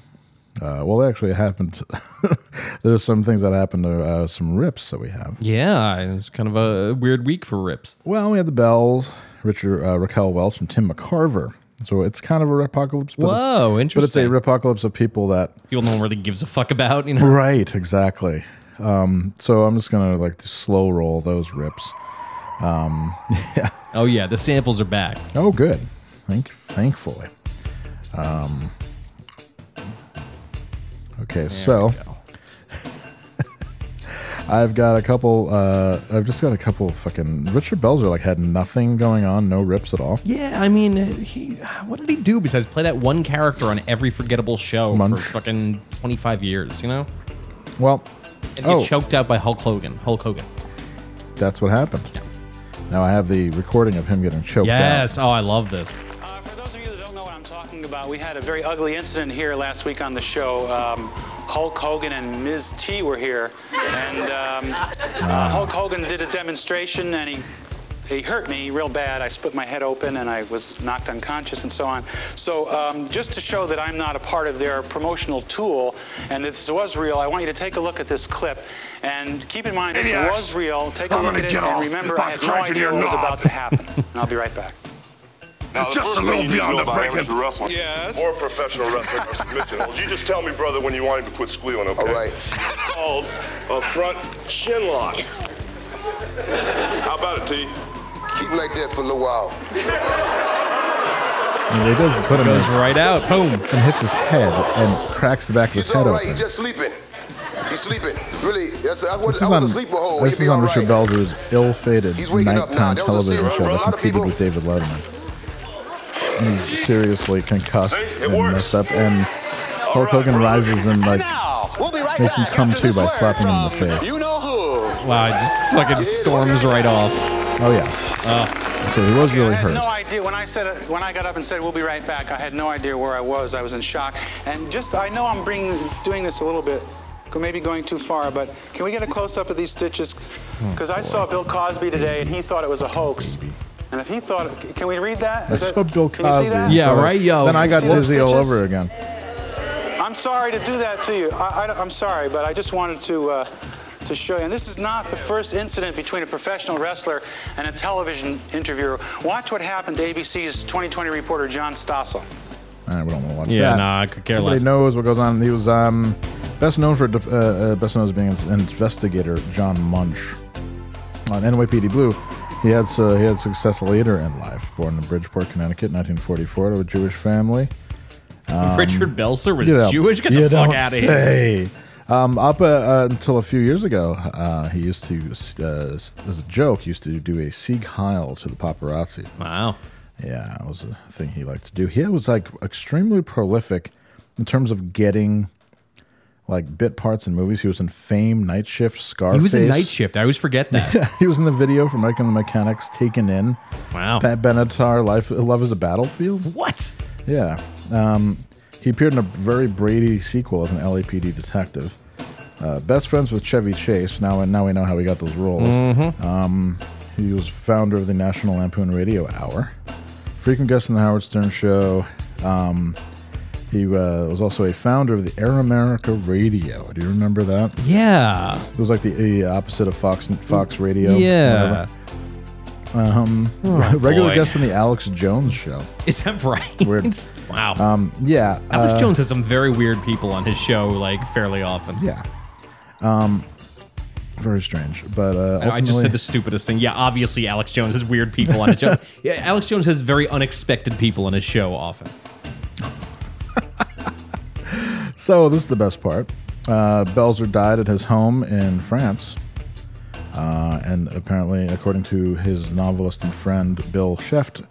Speaker 2: Uh, well, actually, it happened. There's some things that happened to uh, some rips that we have.
Speaker 3: Yeah, it was kind of a weird week for rips.
Speaker 2: Well, we had the Bells, Richard uh, Raquel Welch, and Tim McCarver. So it's kind of a apocalypse. But
Speaker 3: Whoa,
Speaker 2: it's,
Speaker 3: interesting.
Speaker 2: But it's a apocalypse of people that
Speaker 3: People no one really gives a fuck about, you know.
Speaker 2: Right, exactly. Um, so I'm just gonna like slow roll those rips. Um, yeah.
Speaker 3: Oh yeah, the samples are back.
Speaker 2: Oh, good. Thank, thankfully. Um, okay, so I've got a couple. Uh, I've just got a couple. Fucking Richard Belzer like had nothing going on, no rips at all.
Speaker 3: Yeah, I mean, he. What did he do besides play that one character on every forgettable show
Speaker 2: Munch.
Speaker 3: for fucking twenty five years? You know,
Speaker 2: Well,
Speaker 3: and
Speaker 2: oh,
Speaker 3: get choked out by Hulk Hogan. Hulk Hogan.
Speaker 2: that's what happened. Now I have the recording of him getting choked out.
Speaker 3: yes. Oh, I love this.
Speaker 10: about. We had a very ugly incident here last week on the show. Um, Hulk Hogan and Ms. T were here, and um, uh, Hulk Hogan did a demonstration, and he he hurt me real bad. I split my head open, and I was knocked unconscious, and so on. So um, just to show that I'm not a part of their promotional tool, and that this was real, I want you to take a look at this clip, and keep in mind this
Speaker 4: Maniacs.
Speaker 10: was real. Take a
Speaker 4: I'm
Speaker 10: look at
Speaker 4: gonna
Speaker 10: it,
Speaker 4: get
Speaker 10: and
Speaker 4: off
Speaker 10: remember,
Speaker 4: by
Speaker 10: I had no
Speaker 4: cracking
Speaker 10: idea
Speaker 4: your
Speaker 10: what was
Speaker 4: knob.
Speaker 10: about to happen. And I'll be right back.
Speaker 4: Now, the
Speaker 10: Just
Speaker 4: first
Speaker 10: a little
Speaker 4: thing you need to
Speaker 10: beyond
Speaker 4: know
Speaker 10: the
Speaker 4: about
Speaker 10: breaking.
Speaker 4: amateur wrestling or professional wrestling or submission holds, you just tell me, brother, when you want him to quit squealing, okay? All right. It's called a front chin lock. How about it, T? Keep like that for a little while.
Speaker 2: And he does put him
Speaker 3: Goes
Speaker 2: in-
Speaker 3: right out. Boom.
Speaker 2: And hits his head and cracks the back of his
Speaker 4: He's
Speaker 2: head
Speaker 4: all right.
Speaker 2: open.
Speaker 4: He's just sleeping. He's sleeping. Really, that's, I was,
Speaker 2: This
Speaker 4: I
Speaker 2: is on,
Speaker 4: was asleep a whole.
Speaker 2: this is
Speaker 4: He'll be
Speaker 2: on
Speaker 4: all
Speaker 2: Richard
Speaker 4: right.
Speaker 2: Belzer's ill-fated
Speaker 4: He's waking up now.
Speaker 2: nighttime
Speaker 4: That was a
Speaker 2: television
Speaker 4: serious-
Speaker 2: show
Speaker 4: a
Speaker 2: that
Speaker 4: lot of
Speaker 2: competed
Speaker 4: people-
Speaker 2: with David Letterman. And he's seriously concussed and messed up. And Hulk Hogan rises and like makes him come to by slapping him in the face.
Speaker 3: Wow, it just fucking storms right off.
Speaker 2: Oh yeah. so he was really
Speaker 10: I had
Speaker 2: hurt.
Speaker 10: no idea when I said when I got up and said we'll be right back. I had no idea where I was. I was in shock. And just I know I'm bringing doing this a little bit, maybe going too far. But can we get a close up of these stitches?
Speaker 2: Oh,
Speaker 10: Because I saw Bill Cosby today and he thought it was a hoax. And if he thought, can we read that?
Speaker 2: I
Speaker 10: Is that-
Speaker 2: saw Bill
Speaker 10: can you see
Speaker 2: Cosby.
Speaker 10: that?
Speaker 3: Yeah, right, yo.
Speaker 2: Then I got
Speaker 10: Whoops.
Speaker 2: dizzy all over again.
Speaker 10: I'm sorry to do that to you. I, am sorry, but I just wanted to uh, to show you. And this is not the first incident between a professional wrestler and a television interviewer. Watch what happened to ABC's 2020 reporter John Stossel.
Speaker 2: All right, we don't want to watch
Speaker 3: Yeah,
Speaker 2: that.
Speaker 3: nah, I could care
Speaker 2: Everybody
Speaker 3: less.
Speaker 2: knows what goes on. He was um, best known for uh, uh, best known as being an investigator, John Munch, on NYPD Blue. He had uh, he had success later in life. Born in Bridgeport, Connecticut, 1944, to a Jewish family.
Speaker 3: Richard Belzer was
Speaker 2: you
Speaker 3: Jewish? Get
Speaker 2: you
Speaker 3: the fuck
Speaker 2: don't
Speaker 3: outta
Speaker 2: say.
Speaker 3: here.
Speaker 2: Um, up uh, uh, until a few years ago, uh, he used to, uh, s- as a joke, used to do a Sieg Heil to the paparazzi.
Speaker 3: Wow.
Speaker 2: Yeah, it was a thing he liked to do. He was like extremely prolific in terms of getting like bit parts in movies. He was in Fame, Night Shift, Scarface.
Speaker 3: He was in night shift. I always forget that.
Speaker 2: he was in the video for Mike and the Mechanics, Taken In.
Speaker 3: Wow.
Speaker 2: Pat Benatar, Life, Love is a Battlefield.
Speaker 3: What?
Speaker 2: Yeah. Um, he appeared in a very Brady sequel as an LAPD detective. Uh, best friends with Chevy Chase. Now, now we know how he got those roles.
Speaker 3: Mhm.
Speaker 2: Um, he was founder of the National Lampoon Radio Hour. Frequent guest on the Howard Stern Show. Um, he uh, was also a founder of the Air America Radio. Do you remember that?
Speaker 3: Yeah.
Speaker 2: It was like the, the opposite of Fox Fox Radio.
Speaker 3: Yeah.
Speaker 2: whatever. Um,
Speaker 3: Oh,
Speaker 2: regular
Speaker 3: boy.
Speaker 2: guest on the Alex Jones Show.
Speaker 3: Is that right? Wow.
Speaker 2: Um, yeah.
Speaker 3: Alex
Speaker 2: uh,
Speaker 3: Jones has some very weird people on his show, like fairly often.
Speaker 2: Yeah. Um, very strange, but uh,
Speaker 3: I just said
Speaker 2: ultimately-
Speaker 3: the stupidest thing. Yeah, obviously Alex Jones has weird people on his show. Yeah, Alex Jones has very unexpected people on his show often.
Speaker 2: So this is the best part. Uh, Belzer died at his home in France, uh, and apparently, according to his novelist and friend Bill Sheft,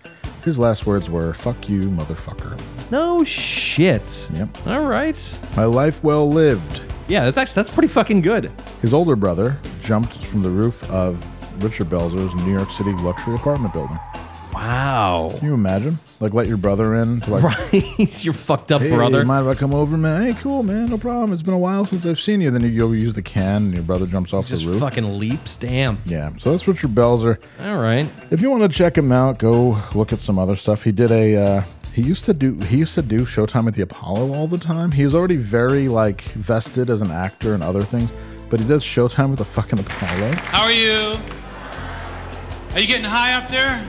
Speaker 2: his last words were "fuck you, motherfucker."
Speaker 3: No shit.
Speaker 2: Yep.
Speaker 3: All right.
Speaker 2: My life well lived.
Speaker 3: Yeah, that's actually that's pretty fucking good.
Speaker 2: His older brother jumped from the roof of Richard Belzer's New York City luxury apartment building.
Speaker 3: Wow.
Speaker 2: Can you imagine? Like, let your brother in. to, Like,
Speaker 3: He's your fucked up
Speaker 2: Hey,
Speaker 3: brother.
Speaker 2: Mind if I come over, man? Hey, cool, man. No problem. It's been a while since I've seen you. Then you go use the can, and your brother jumps off
Speaker 3: Just
Speaker 2: the roof.
Speaker 3: fucking leaps. Damn.
Speaker 2: Yeah. So that's Richard Belzer.
Speaker 3: All right.
Speaker 2: If you want to check him out, go look at some other stuff. He did a. Uh, he used to do. He used to do Showtime at the Apollo all the time. He was already very like vested as an actor and other things, but he does Showtime at the fucking Apollo.
Speaker 11: How are you? Are you getting high up there?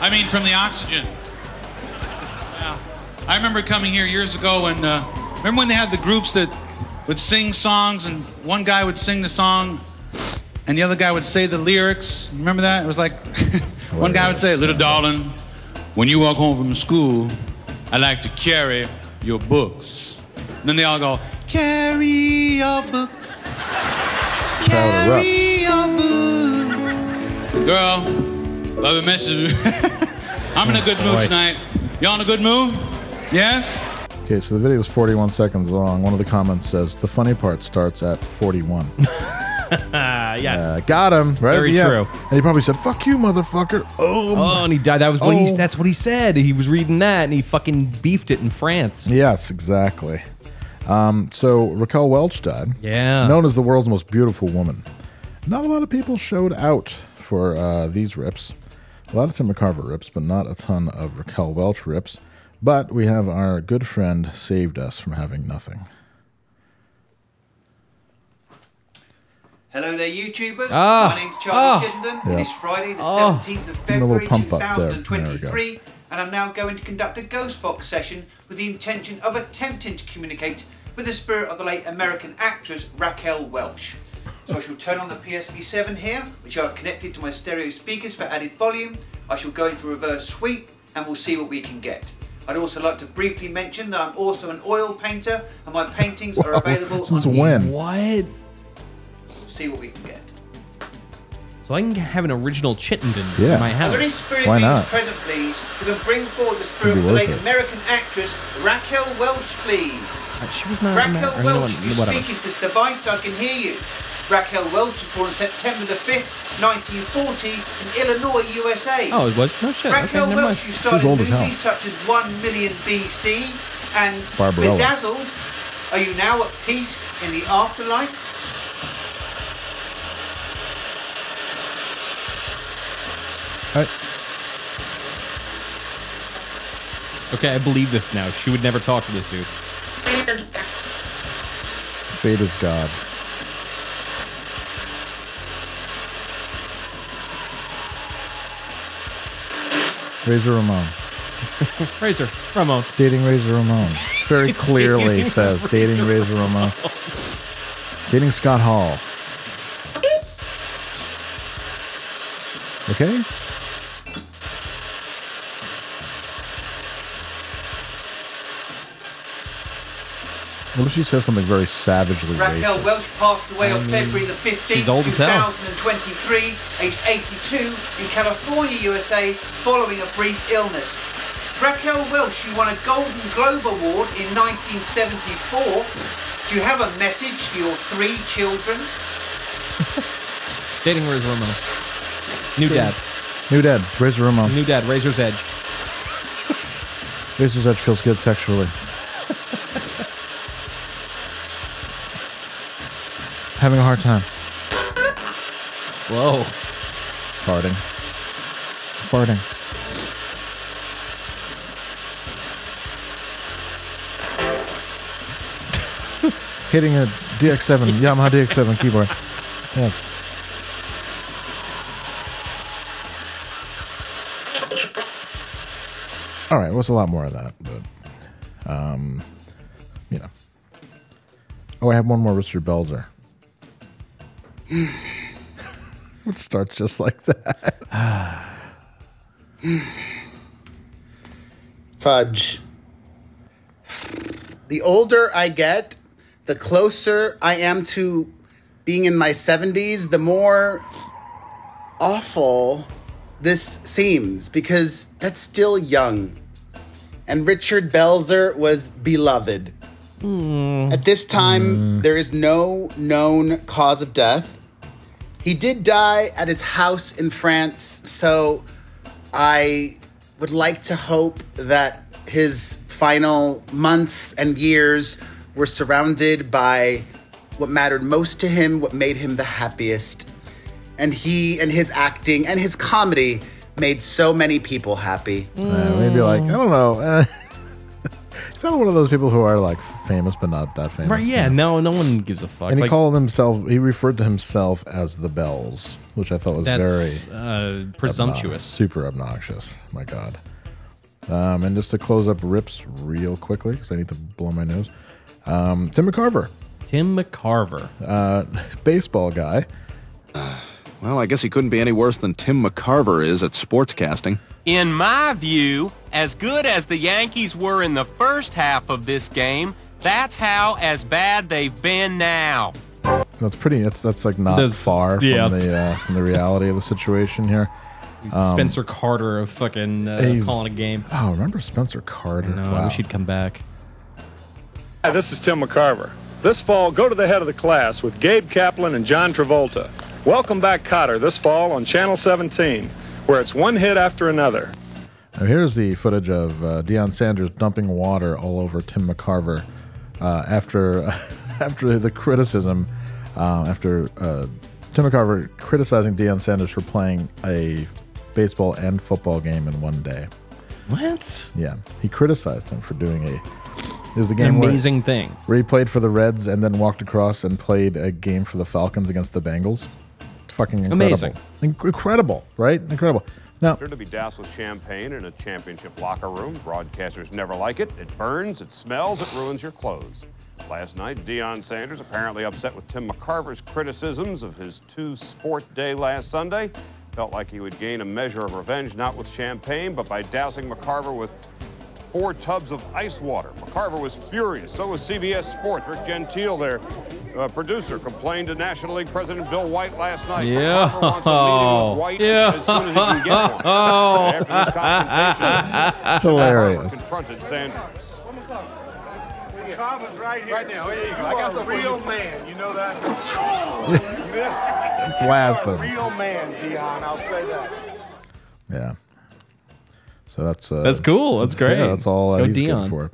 Speaker 11: I mean, from the oxygen. Yeah. I remember coming here years ago and uh, remember when they had the groups that would sing songs and one guy would sing the song and the other guy would say the lyrics. Remember that? It was like one guy would say, "Little darling, when you walk home from school, I like to carry your books." And then they all go, Carry your books. Carry your books. Girl, love and message. I'm in a good mood
Speaker 2: Boy.
Speaker 11: tonight. Y'all in a good mood? Yes?
Speaker 2: Okay, so the video is 41 seconds long. One of the comments says the funny part starts at 41.
Speaker 3: Ah, yes.
Speaker 2: Uh, got him. Right at
Speaker 3: Very
Speaker 2: the end.
Speaker 3: true.
Speaker 2: And he probably said, "Fuck you, motherfucker." Oh.
Speaker 3: Oh, and he died. That was what he.
Speaker 2: Oh.
Speaker 3: That's what he said. He was reading that, and he fucking beefed it in France.
Speaker 2: Yes, exactly. Um, so Raquel Welch died.
Speaker 3: Yeah.
Speaker 2: Known as the world's most beautiful woman. Not a lot of people showed out for uh, these rips. A lot of Tim McCarver rips, but not a ton of Raquel Welch rips. But we have our good friend saved us from having nothing.
Speaker 12: Hello there, YouTubers.
Speaker 2: Ah.
Speaker 12: My name's Charlie
Speaker 2: Ah.
Speaker 12: Chittenden.
Speaker 2: Yeah.
Speaker 12: It is Friday, the
Speaker 2: Ah.
Speaker 12: 17th of
Speaker 2: Give him a little
Speaker 12: February,
Speaker 2: pump up there. There we go.
Speaker 12: 2023, and I'm now going to conduct a ghost box session with the intention of attempting to communicate with the spirit of the late American actress Raquel Welch. So I shall turn on the PSP7 here, which I've connected to my stereo speakers for added volume. I shall go into reverse sweep, and we'll see what we can get. I'd also like to briefly mention that I'm also an oil painter, and my paintings are
Speaker 2: Whoa,
Speaker 12: available
Speaker 2: since
Speaker 12: on the-
Speaker 2: when?
Speaker 3: What?
Speaker 12: We'll see what we can get.
Speaker 3: So I can have an original Chittenden
Speaker 2: Yeah.
Speaker 3: in my
Speaker 12: Are there any
Speaker 3: house.
Speaker 12: spirit beings present, please, who can bring forward the spirit
Speaker 3: Could
Speaker 12: of
Speaker 3: be
Speaker 12: the
Speaker 3: worth
Speaker 12: late
Speaker 3: it.
Speaker 12: American actress Raquel Welch, please?
Speaker 3: Uh, She was not.
Speaker 12: Raquel
Speaker 3: Amer- or no
Speaker 12: Welch,
Speaker 3: one-
Speaker 12: if you
Speaker 3: whatever.
Speaker 12: speak into this device, I can hear you. Raquel Welch was born on September the 5th, 1940, in Illinois, USA.
Speaker 3: Oh, it was? No shit. Okay,
Speaker 12: Raquel
Speaker 3: never mind.
Speaker 12: Welch, who starred
Speaker 3: She's
Speaker 12: in
Speaker 3: old as
Speaker 12: movies
Speaker 3: hell.
Speaker 12: such as 1 Million BC and
Speaker 3: Barbarella.
Speaker 12: Bedazzled. Are you now at peace in the afterlife?
Speaker 3: Okay, I believe this now. She would never talk to this dude.
Speaker 2: Fate is God. Razor Ramon.
Speaker 3: Razor Ramon.
Speaker 2: Dating Razor Ramon. Very clearly
Speaker 3: Dating
Speaker 2: says dating Razor Ramon. Dating Scott Hall. Okay? What if she says something very savagely
Speaker 12: Raquel
Speaker 2: racist?
Speaker 12: Welch passed away on
Speaker 2: I mean,
Speaker 12: February the 15th,
Speaker 2: she's old as hell.
Speaker 12: 2023, aged 82, in California, USA, following a brief illness. Raquel Welch, you won a Golden Globe Award in 1974. Do you have a message for your three children?
Speaker 3: Dating Razor Ramon. New dad.
Speaker 2: New Dad, Razor Ramon.
Speaker 3: New dad. Razor's Edge.
Speaker 2: Razor's Edge feels good sexually. Having a hard time.
Speaker 3: Whoa.
Speaker 2: Farting. Farting. Hitting a DX7, Yamaha DX7 keyboard. Yes. All right, well, it's a lot more of that, but, um, you know. Oh, I have one more Richard Belzer. Which starts just like that.
Speaker 13: Fudge. The older I get, the closer I am to being in my 70s, the more awful this seems because that's still young. And Richard Belzer was beloved. At this time, there is no known cause of death. He did die at his house in France, so I would like to hope that his final months and years were surrounded by what mattered most to him, what made him the happiest. And he and his acting and his comedy made so many people happy.
Speaker 2: Uh, maybe like I don't know. Uh, he's not one of those people who are like famous but not that famous.
Speaker 3: Right, yeah, no, no one gives a fuck.
Speaker 2: And he
Speaker 3: Like,
Speaker 2: called himself. He referred to himself as the Bells, which I thought was
Speaker 3: That's,
Speaker 2: very
Speaker 3: uh,
Speaker 2: obnox-
Speaker 3: presumptuous.
Speaker 2: super obnoxious. My God. Um, and just to close up rips real quickly because I need to blow my nose. Um, Tim McCarver.
Speaker 3: Tim McCarver,
Speaker 2: uh, baseball guy.
Speaker 14: Well, I guess he couldn't be any worse than Tim McCarver is at sportscasting.
Speaker 15: In my view, as good as the Yankees were in the first half of this game, that's how as bad they've been now.
Speaker 2: That's pretty. That's that's like not
Speaker 3: That's-
Speaker 2: far from
Speaker 3: yeah.
Speaker 2: the uh, from the reality of the situation here. Um,
Speaker 3: Spencer Carter of fucking uh,
Speaker 2: he's-
Speaker 3: calling a game.
Speaker 2: Oh, remember Spencer Carter?
Speaker 3: No, I
Speaker 2: Um, Wow.
Speaker 3: wish he'd come back.
Speaker 16: Hi, this is Tim McCarver. This fall, go to the head of the class with Gabe Kaplan and John Travolta. Welcome back, Cotter, this fall on Channel 17, where it's one hit after another.
Speaker 2: Now, here's the footage of uh, Deion Sanders dumping water all over Tim McCarver uh, after after the criticism uh, after uh, Tim McCarver criticizing Deion Sanders for playing a baseball and football game in one day.
Speaker 3: What?
Speaker 2: Yeah, he criticized him for doing a. It was the
Speaker 3: An
Speaker 2: game where-
Speaker 3: amazing thing.
Speaker 2: where he played for the Reds and then walked across and played a game for the Falcons against the Bengals. It's fucking incredible.
Speaker 17: Amazing.
Speaker 2: Inc- incredible, right? Incredible. Now,
Speaker 17: Sure to be doused with champagne in a championship locker room. Broadcasters never like it. It burns, it smells, it ruins your clothes. Last night, Deion Sanders apparently upset with Tim McCarver's criticisms of his two sport day last Sunday. Felt like he would gain a measure of revenge, not with champagne, but by dousing McCarver with four tubs of ice water. McCarver was furious. So was CBS Sports. Rick Gentile, their uh, producer, complained to National League President Bill White last night.
Speaker 3: Yeah.
Speaker 17: McCarver wants a meeting with White
Speaker 3: Yeah.
Speaker 17: as soon as he can get one.
Speaker 3: Oh.
Speaker 17: After this confrontation,
Speaker 2: Hilarious.
Speaker 17: McCarver confronted Sanders.
Speaker 18: Right now, I got some real man, you know that?
Speaker 2: Blast
Speaker 18: You're
Speaker 2: them.
Speaker 18: a real man, Dion. I'll say that.
Speaker 2: Yeah. So that's uh,
Speaker 3: That's cool. That's great.
Speaker 2: Yeah, that's all uh,
Speaker 3: Go
Speaker 2: he's
Speaker 3: Dion.
Speaker 2: good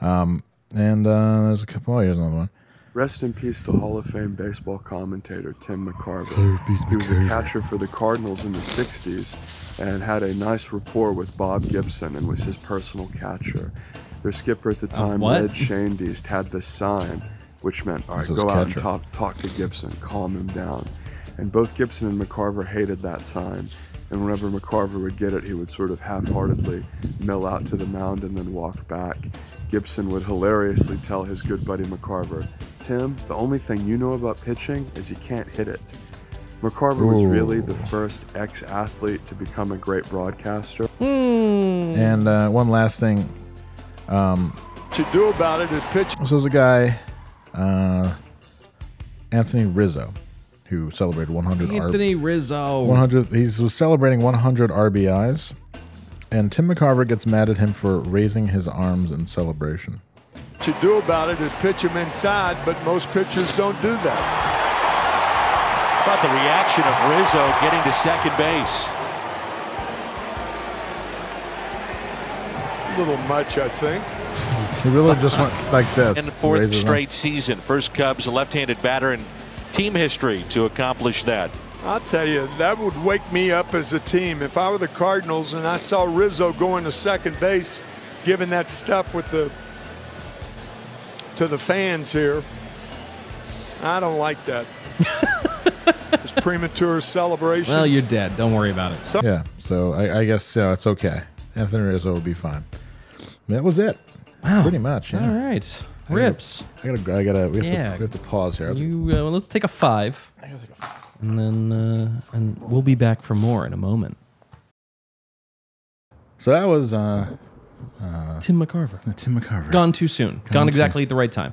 Speaker 2: for. Um, and uh, there's a couple. Oh, here's another one.
Speaker 19: Rest in peace to Hall of Fame baseball commentator Tim McCarver.
Speaker 2: Curve beats
Speaker 19: He was
Speaker 2: McCarver.
Speaker 19: a catcher for the Cardinals in the 60s and had a nice rapport with Bob Gibson and was his personal catcher. Their skipper at the time,
Speaker 3: what?
Speaker 19: Red Shandeist, had this sign, which meant, all right,
Speaker 2: This is
Speaker 19: go out and
Speaker 2: catcher.
Speaker 19: talk, talk to Gibson, calm him down. And both Gibson and McCarver hated that sign. And whenever McCarver would get it, he would sort of half heartedly mill out to the mound and then walk back. Gibson would hilariously tell his good buddy McCarver, Tim, the only thing you know about pitching is you can't hit it. McCarver was
Speaker 2: Ooh.
Speaker 19: really the first ex athlete to become a great broadcaster. Mm.
Speaker 2: And uh, one last thing. Um,
Speaker 19: to do about it is pitch.
Speaker 2: This is a guy, uh, Anthony Rizzo, who celebrated 100 R-
Speaker 3: Anthony Rizzo.
Speaker 2: 100. He was celebrating 100 RBIs, and Tim McCarver gets mad at him for raising his arms in celebration.
Speaker 19: To do about it is pitch him inside, but most pitchers don't do that.
Speaker 20: How about the reaction of Rizzo getting to second base?
Speaker 19: A little much, I think.
Speaker 2: He really just went like this.
Speaker 20: In the
Speaker 2: Raise
Speaker 20: fourth
Speaker 2: his
Speaker 20: straight season, first Cubs left-handed batter in team history to accomplish that.
Speaker 19: I'll tell you, that would wake me up as a team. If I were the Cardinals and I saw Rizzo going to second base, giving that stuff with the to the fans here, I don't like that. it's premature celebration.
Speaker 3: Well, you're dead. Don't worry about it.
Speaker 2: arm. Yeah. So I, I guess you know, it's okay. Anthony Rizzo would be fine. That was it. Wow. Pretty much. Yeah.
Speaker 3: All right.
Speaker 2: I gotta-
Speaker 3: Rips.
Speaker 2: I gotta. I gotta. We have,
Speaker 3: Yeah.
Speaker 2: to, we have to pause here.
Speaker 3: You, uh, well, let's take a five. And then uh, and we'll be back for more in a moment.
Speaker 2: So that was uh, uh,
Speaker 3: Tim McCarver.
Speaker 2: Tim McCarver.
Speaker 3: Gone too soon. Gone,
Speaker 2: too-
Speaker 3: exactly at the right time.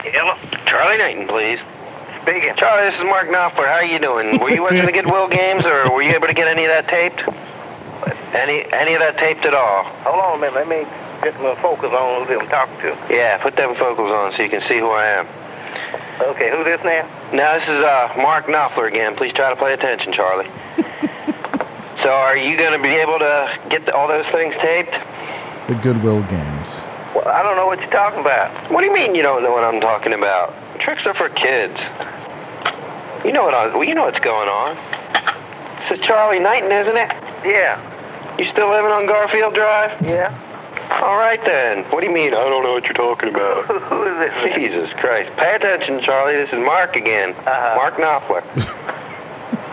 Speaker 21: Hello, Charlie Knighton, please. Speaking. Charlie, this is Mark Knopfler. How are you doing? Were you at the Goodwill games, or were you able to get any of that taped? Any any of that taped at all? Hold on a minute. Let me get my focus on who I'm talking to. Yeah, put them focals on so you can see who I am. Okay, who this now? Now this is uh, Mark Knopfler again. Please try to pay attention, Charlie. so, are you going to be able to get all those things taped?
Speaker 2: The Goodwill Games.
Speaker 21: Well, I don't know what you're talking about. What do you mean you don't know what I'm talking about? Tricks are for kids. You know what? I, well, you know what's going on. This is Charlie Knighton, isn't it? Yeah. You still living on Garfield Drive? Yeah. All right then. What do you mean? I don't know what you're talking about. Who is it? Jesus Christ! Pay attention, Charlie. This is Mark again. Uh-huh. Mark Knopfler.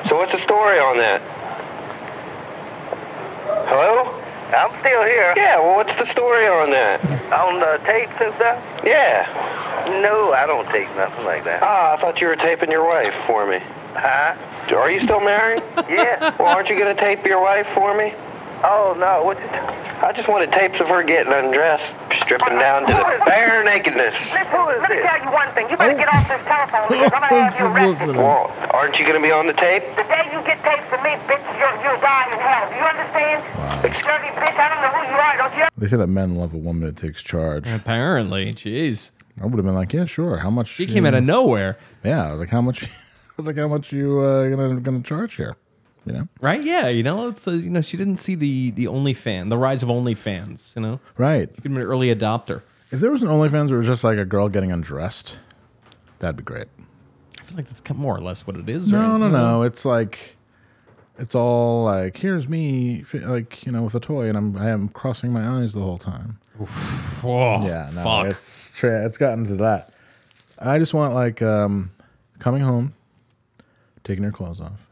Speaker 21: so what's the story on that? Hello? I'm still here. Yeah, well, what's the story on that? on the tapes and stuff? Yeah. No, I don't tape nothing like that. Ah, I thought you were taping your wife for me. Huh? Are you still married? yeah. Well, aren't you going to tape your wife for me? Oh, no. What? I just wanted tapes of her getting undressed, stripping down to the bare nakedness.
Speaker 22: Let me tell you one thing. You better get off this telephone because I'm gonna have you arrested.
Speaker 21: Well, aren't you going to be on the tape?
Speaker 22: The day you get taped for me, bitch, you'll, you'll die in hell. Do you understand? Dirty bitch, I don't know who you are. Don't you?
Speaker 2: They say that men love a woman that takes charge.
Speaker 3: Apparently, jeez.
Speaker 2: I would have been like, yeah, sure. How much?
Speaker 3: He came out of nowhere.
Speaker 2: Yeah, I was like, how much? I was like, how much you uh, gonna gonna charge here? You know,
Speaker 3: Right? Yeah. You know, it's uh, you know she didn't see the the OnlyFan, the rise of OnlyFans. You know,
Speaker 2: right?
Speaker 3: she could be an early adopter.
Speaker 2: If there was an OnlyFans where it was just like a girl getting undressed, that'd be great.
Speaker 3: I feel like that's kind of more or less what it is.
Speaker 2: No,
Speaker 3: right?
Speaker 2: no,
Speaker 3: You know?
Speaker 2: no. It's like, it's all like, here's me, fi- like you know, with a toy, and I'm I am crossing my eyes the whole time.
Speaker 3: Oh,
Speaker 2: yeah, no,
Speaker 3: fuck.
Speaker 2: It's tra- it's gotten to that. I just want like um, coming home, taking your clothes off.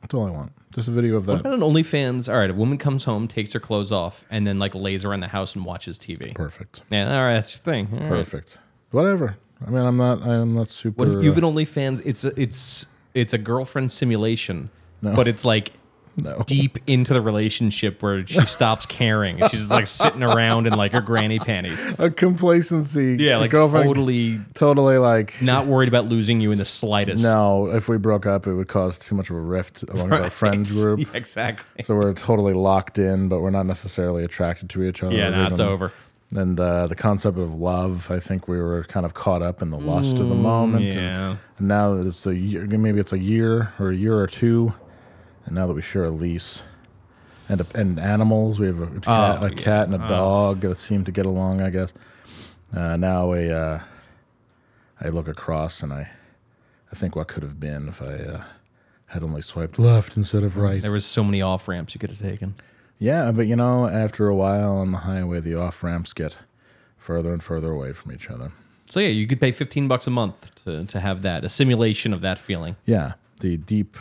Speaker 2: That's all I want. Just a video of
Speaker 3: What
Speaker 2: that.
Speaker 3: about an OnlyFans? All right, a woman comes home, takes her clothes off, and then like lays around the house and watches TV.
Speaker 2: Perfect.
Speaker 3: Yeah, all right, that's your thing. All right.
Speaker 2: Perfect. Whatever. I mean, I'm not. I'm not super.
Speaker 3: What if you've
Speaker 2: uh,
Speaker 3: been OnlyFans? It's a, it's it's a girlfriend simulation,
Speaker 2: No.
Speaker 3: but it's like
Speaker 2: No.
Speaker 3: deep into the relationship where she stops caring. She's just like sitting around in like her granny panties,
Speaker 2: a complacency.
Speaker 3: Yeah,
Speaker 2: A
Speaker 3: like, totally-
Speaker 2: totally like
Speaker 3: not worried about losing you in the slightest.
Speaker 2: No, if we broke up, it would cause too much of a rift among our
Speaker 3: Right.
Speaker 2: friends group.
Speaker 3: Yeah, exactly.
Speaker 2: So we're totally locked in, but we're not necessarily attracted to each other.
Speaker 3: Yeah,
Speaker 2: other
Speaker 3: no, it's
Speaker 2: than
Speaker 3: over.
Speaker 2: and uh, the concept of love. I think we were kind of caught up in the lust of the
Speaker 3: Mm,
Speaker 2: moment. and-
Speaker 3: yeah.
Speaker 2: And now that it's a year, maybe it's a year or a year or two, and now that we share a lease and a, and animals, we have a cat,
Speaker 3: Oh,
Speaker 2: a
Speaker 3: yeah.
Speaker 2: cat and a
Speaker 3: Oh.
Speaker 2: dog that seem to get along. I guess. Uh, now a, uh, I look across and I, I think what could have been if I uh, had only swiped left instead of right.
Speaker 3: There was so many off ramps you could have taken.
Speaker 2: Yeah, but you know, after a while on the highway, the off ramps get further and further away from each other.
Speaker 3: So yeah, you could pay fifteen bucks a month to, to have that, a simulation of that feeling.
Speaker 2: Yeah, the deep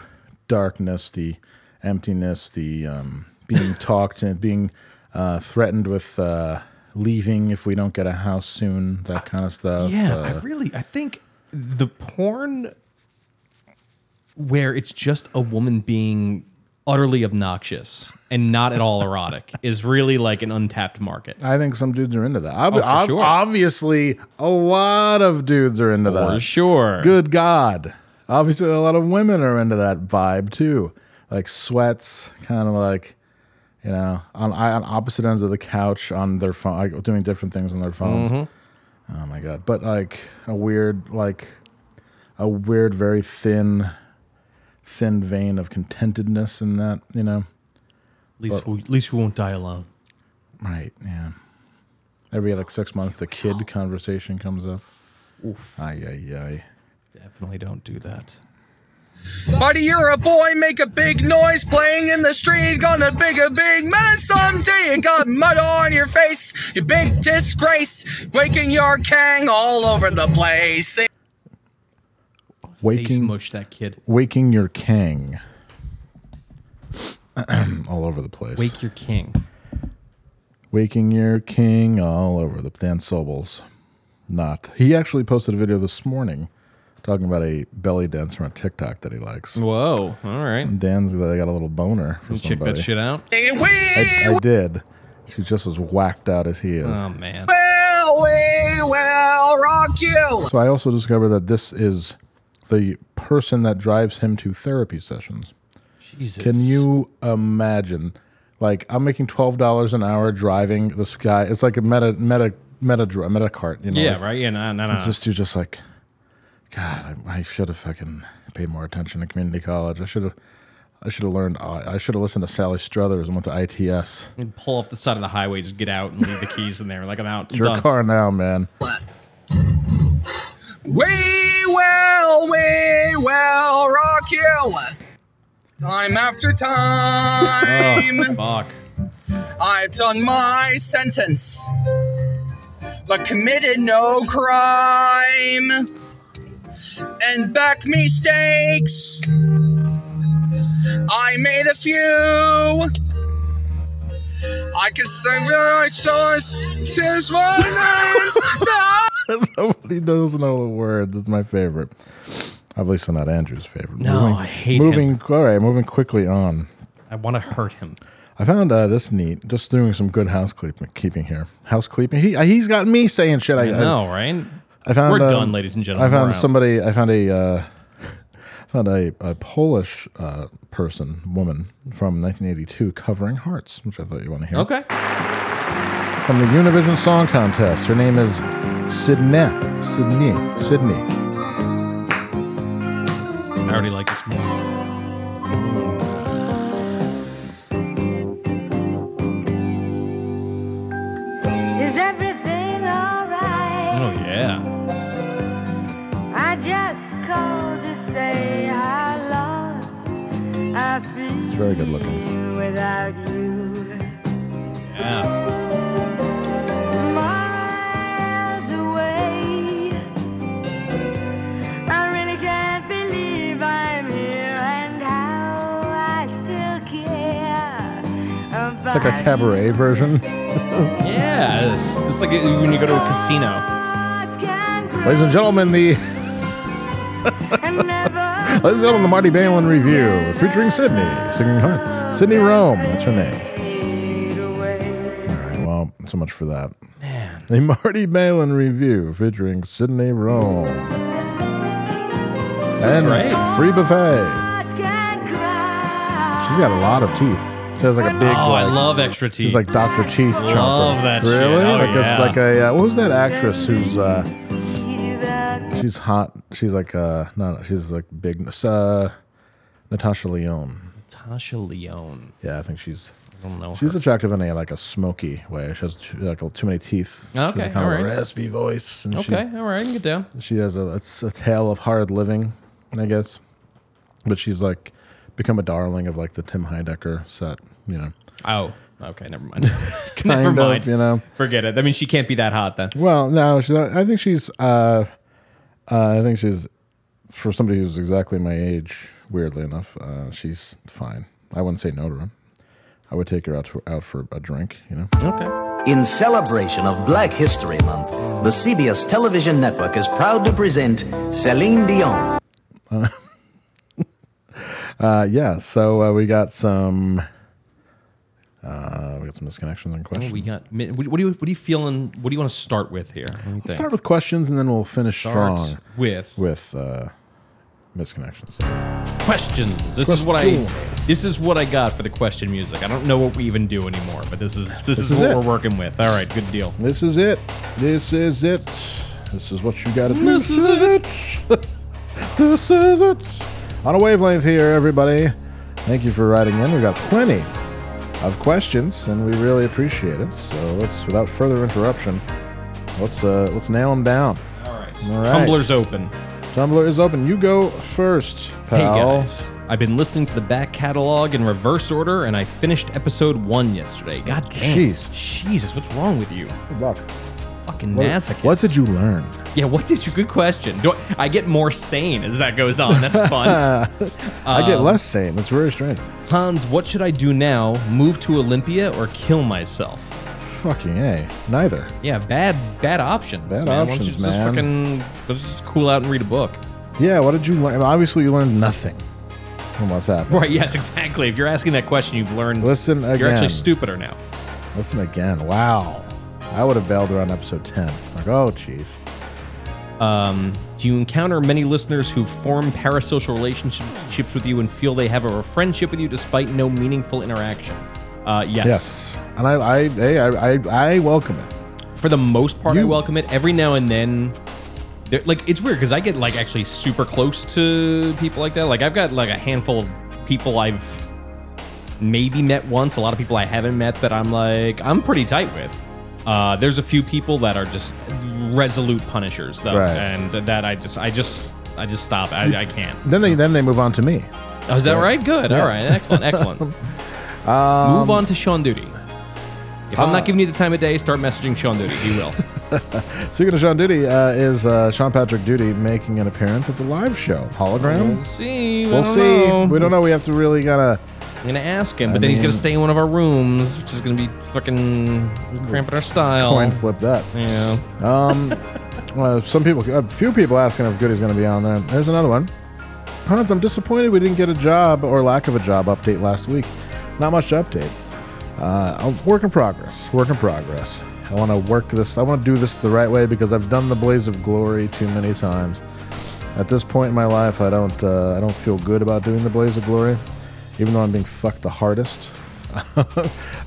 Speaker 2: darkness, the emptiness, the um, being talked and being uh, threatened with uh, leaving if we don't get a house soon, that kind of stuff.
Speaker 3: yeah,
Speaker 2: uh,
Speaker 3: I really I think the porn where it's just a woman being utterly obnoxious and not at all erotic is really like an untapped market.
Speaker 2: I think some dudes are into that. Ob-
Speaker 3: Oh, for
Speaker 2: ob-
Speaker 3: sure.
Speaker 2: Obviously, a lot of dudes are into that.
Speaker 3: sure.
Speaker 2: Good God. Obviously, a lot of women are into that vibe too. Like sweats, kind of like, you know, on, I- on opposite ends of the couch on their phone, like doing different things on their phones.
Speaker 3: Mhm.
Speaker 2: Oh my God. But like a weird, like a weird, very thin, thin vein of contentedness in that, you know.
Speaker 3: At least,
Speaker 2: But-
Speaker 3: we, at least we won't die alone.
Speaker 2: Right. Yeah. Every like six months, the kid conversation comes up. Ay ay ay.
Speaker 3: Definitely don't do that.
Speaker 23: Buddy, you're a boy, make a big noise playing in the street. Gonna be a big man someday. You got mud on your face, you big disgrace. Waking your kang all over the place.
Speaker 2: Waking
Speaker 3: mush that kid.
Speaker 2: Waking your king. all over the place.
Speaker 3: Wake your king.
Speaker 2: Waking your king all over the Dan Sobel's. Not. He actually posted a video this morning talking about a belly dancer on TikTok that he likes.
Speaker 3: Whoa. All right.
Speaker 2: And Dan's they got a little boner for
Speaker 3: You check
Speaker 2: somebody.
Speaker 3: that shit out.
Speaker 2: I, I did. She's just as whacked out as he is.
Speaker 3: Oh man.
Speaker 23: Well, we will rock you.
Speaker 2: So I also discovered that this is the person that drives him to therapy sessions.
Speaker 3: Jesus.
Speaker 2: Can you imagine? Like I'm making twelve dollars an hour driving this guy. It's like a meta meta meta dri- meta cart. You know,
Speaker 3: yeah,
Speaker 2: like,
Speaker 3: right. Yeah, no, no, no.
Speaker 2: It's just you're just like, God, I, I should have fucking paid more attention to community college. I should have. I should have learned. uh, I should have listened to Sally Struthers and went to ITS.
Speaker 3: You pull off the side of the highway, just get out and leave the keys in there. Like I'm out. I'm
Speaker 2: It's your
Speaker 3: done.
Speaker 2: car now, man.
Speaker 23: We will, we will rock you. Time
Speaker 2: Oh.
Speaker 23: after time.
Speaker 3: Oh, fuck.
Speaker 23: I've done my sentence, but committed no crime. And back mistakes, I made a few. I can say my choice, just one
Speaker 2: Nobody knows know the words. It's my favorite. At least not Andrew's favorite.
Speaker 3: No, I hate
Speaker 2: moving. All right, moving quickly on.
Speaker 3: I want to hurt him.
Speaker 2: I found uh, this neat. Just doing some good housekeeping keeping here. Housekeeping. He uh, he's got me saying shit. I,
Speaker 3: I know, right?
Speaker 2: I found.
Speaker 3: We're
Speaker 2: um,
Speaker 3: done, ladies and gentlemen.
Speaker 2: I found
Speaker 3: We're out.
Speaker 2: somebody. I found a. Uh, found a, a Polish uh, person, woman from 1982, covering hearts, which I thought you want to hear.
Speaker 3: Okay.
Speaker 2: From the Univision Song Contest. Her name is Sydney. Sydney. Sydney.
Speaker 3: I already like this more.
Speaker 24: Is everything alright?
Speaker 3: Oh yeah.
Speaker 24: I just called to say how lost I
Speaker 2: It's
Speaker 24: feel
Speaker 2: very good looking.
Speaker 24: without you.
Speaker 3: Yeah.
Speaker 24: Miles away. I really can't believe I'm here and how I still care about
Speaker 2: It's like a cabaret version.
Speaker 3: Yeah. It's like when you go to a casino.
Speaker 2: Ladies and gentlemen, the Ladies and gentlemen, the Marty Balin review featuring Sydney singing hearts. Sydney Rome, that's her name. All right, well, so much for that. Man, the Marty Balin review featuring Sydney Rome.
Speaker 24: This
Speaker 2: and
Speaker 24: is great.
Speaker 2: free buffet. She's got a lot of teeth. There's like a big.
Speaker 3: Oh, I
Speaker 2: like-
Speaker 3: love extra
Speaker 2: It's
Speaker 3: teeth.
Speaker 2: like Dr. Teeth
Speaker 3: Love
Speaker 2: chomper.
Speaker 3: that shit.
Speaker 2: really?
Speaker 3: Oh,
Speaker 2: like
Speaker 3: yeah.
Speaker 2: it's like a uh, what was that actress who's uh she's hot. She's like uh no, she's like big uh Natasha Leone.
Speaker 3: Natasha Leone.
Speaker 2: Yeah, I think she's
Speaker 3: I don't know.
Speaker 2: She's attractive in a like a smoky way. She has t- like too many teeth. She has
Speaker 3: Okay,
Speaker 2: kind
Speaker 3: all
Speaker 2: of a
Speaker 3: right.
Speaker 2: raspy voice. and she-
Speaker 3: Okay, all right, I can get down.
Speaker 2: She has a it's a tale of hard living, I guess. But she's like become a darling of like the Tim Heidecker set, you know.
Speaker 3: Oh, okay, never mind.
Speaker 2: Kind
Speaker 3: never
Speaker 2: of,
Speaker 3: mind.
Speaker 2: you know.
Speaker 3: Forget it. I mean, she can't be that hot then.
Speaker 2: Well, no, she's not, I think she's. Uh, uh, I think she's for somebody who's exactly my age. Weirdly enough, uh, she's fine. I wouldn't say no to her. I would take her out to, out for a drink. You know.
Speaker 1: Okay. In celebration of Black History Month, the CBS Television Network is proud to present Celine Dion.
Speaker 2: Uh, uh, yeah. So uh, we got some. Uh, we got some misconnections and
Speaker 3: Oh,
Speaker 2: questions.
Speaker 3: we got. mi- What do you What do you feeling? What do you want to start with here? What do you
Speaker 2: Let's
Speaker 3: think?
Speaker 2: start with questions and then we'll finish
Speaker 3: Starts
Speaker 2: strong
Speaker 3: with-
Speaker 2: with uh, misconnections.
Speaker 3: questions. This is what I.
Speaker 2: Questions.
Speaker 3: This is what I got for the question music. I don't know what we even do anymore, but this is this, is,
Speaker 2: is
Speaker 3: what
Speaker 2: it.
Speaker 3: we're working with. All right, good deal.
Speaker 2: This is it. This is it. This is what you got to do.
Speaker 3: This is it.
Speaker 2: This is it. On a wavelength here, everybody. Thank you for writing in. We've got plenty of questions, and we really appreciate it. So let's, without further interruption, let's uh, let's nail them down. All right.
Speaker 3: Tumblr's open.
Speaker 2: Tumblr is open. You go first,
Speaker 3: Hey
Speaker 2: pal.
Speaker 3: guys, I've been listening to the back catalog in reverse order, and I finished episode one yesterday. God damn.
Speaker 2: Jeez.
Speaker 3: Jesus, what's wrong with you?
Speaker 2: Good luck.
Speaker 3: Fucking
Speaker 2: What-
Speaker 3: masochist.
Speaker 2: What did you learn?
Speaker 3: Yeah, what did you? Good question. Do I, I get more sane as that goes on. That's fun.
Speaker 2: I get
Speaker 3: Um,
Speaker 2: less sane. That's very strange.
Speaker 3: Hans, what should I do now? Move to Olympia or kill myself?
Speaker 2: Fucking a. Neither.
Speaker 3: Yeah, bad, bad options.
Speaker 2: Bad
Speaker 3: man. Why don't you
Speaker 2: options,
Speaker 3: just
Speaker 2: man.
Speaker 3: fucking let's just cool out and read a book?
Speaker 2: Yeah. What did you learn? Obviously, you learned nothing from what's happened.
Speaker 3: Right. Yes, exactly. If you're asking that question, you've learned.
Speaker 2: Listen
Speaker 3: You're actually
Speaker 2: again.
Speaker 3: stupider now.
Speaker 2: Listen again. Wow. I would have bailed around episode 10. Like, oh, jeez.
Speaker 3: Um, do you encounter many listeners who form parasocial relationships with you and feel they have a friendship with you despite no meaningful interaction? Uh, yes.
Speaker 2: And I, I, hey, I, I, I welcome it.
Speaker 3: For the most part, I welcome it. Every now and then, there- like it's weird because I get like actually super close to people like that. Like I've got like a handful of people I've maybe met once. A lot of people I haven't met that I'm like I'm pretty tight with. Uh, there's a few people that are just resolute punishers though,
Speaker 2: Right.
Speaker 3: and that I just I just I just stop. I, I can't.
Speaker 2: Then they, then they move on to me.
Speaker 3: Oh, is that right? Good.
Speaker 2: Yeah.
Speaker 3: All right. Excellent. Excellent.
Speaker 2: Um,
Speaker 3: Move on to Sean Duty. If I'm
Speaker 2: uh,
Speaker 3: not giving you the time of day, start messaging Sean Duty. He will.
Speaker 2: Speaking of Sean Duty, uh, is uh, Sean Patrick Duty making an appearance at the live show? Hologram?
Speaker 3: We'll see. We
Speaker 2: We'll
Speaker 3: don't
Speaker 2: see.
Speaker 3: know.
Speaker 2: We don't know. We have to really gotta.
Speaker 3: I'm gonna ask him,
Speaker 2: I
Speaker 3: but then he's gonna
Speaker 2: mean-
Speaker 3: stay in one of our rooms, which is gonna be fucking cramping our style.
Speaker 2: Coin flip that.
Speaker 3: Yeah.
Speaker 2: Um, well, some people, a few people asking if Goody's going to be on there. There's another one. Hans, I'm disappointed we didn't get a job or lack of a job update last week. Not much to update. Uh, a work in progress. Work in progress. I want to work this. I want to do this the right way because I've done the blaze of glory too many times. At this point in my life, I don't. Uh, I don't feel good about doing the blaze of glory, even though I'm being fucked the hardest. uh,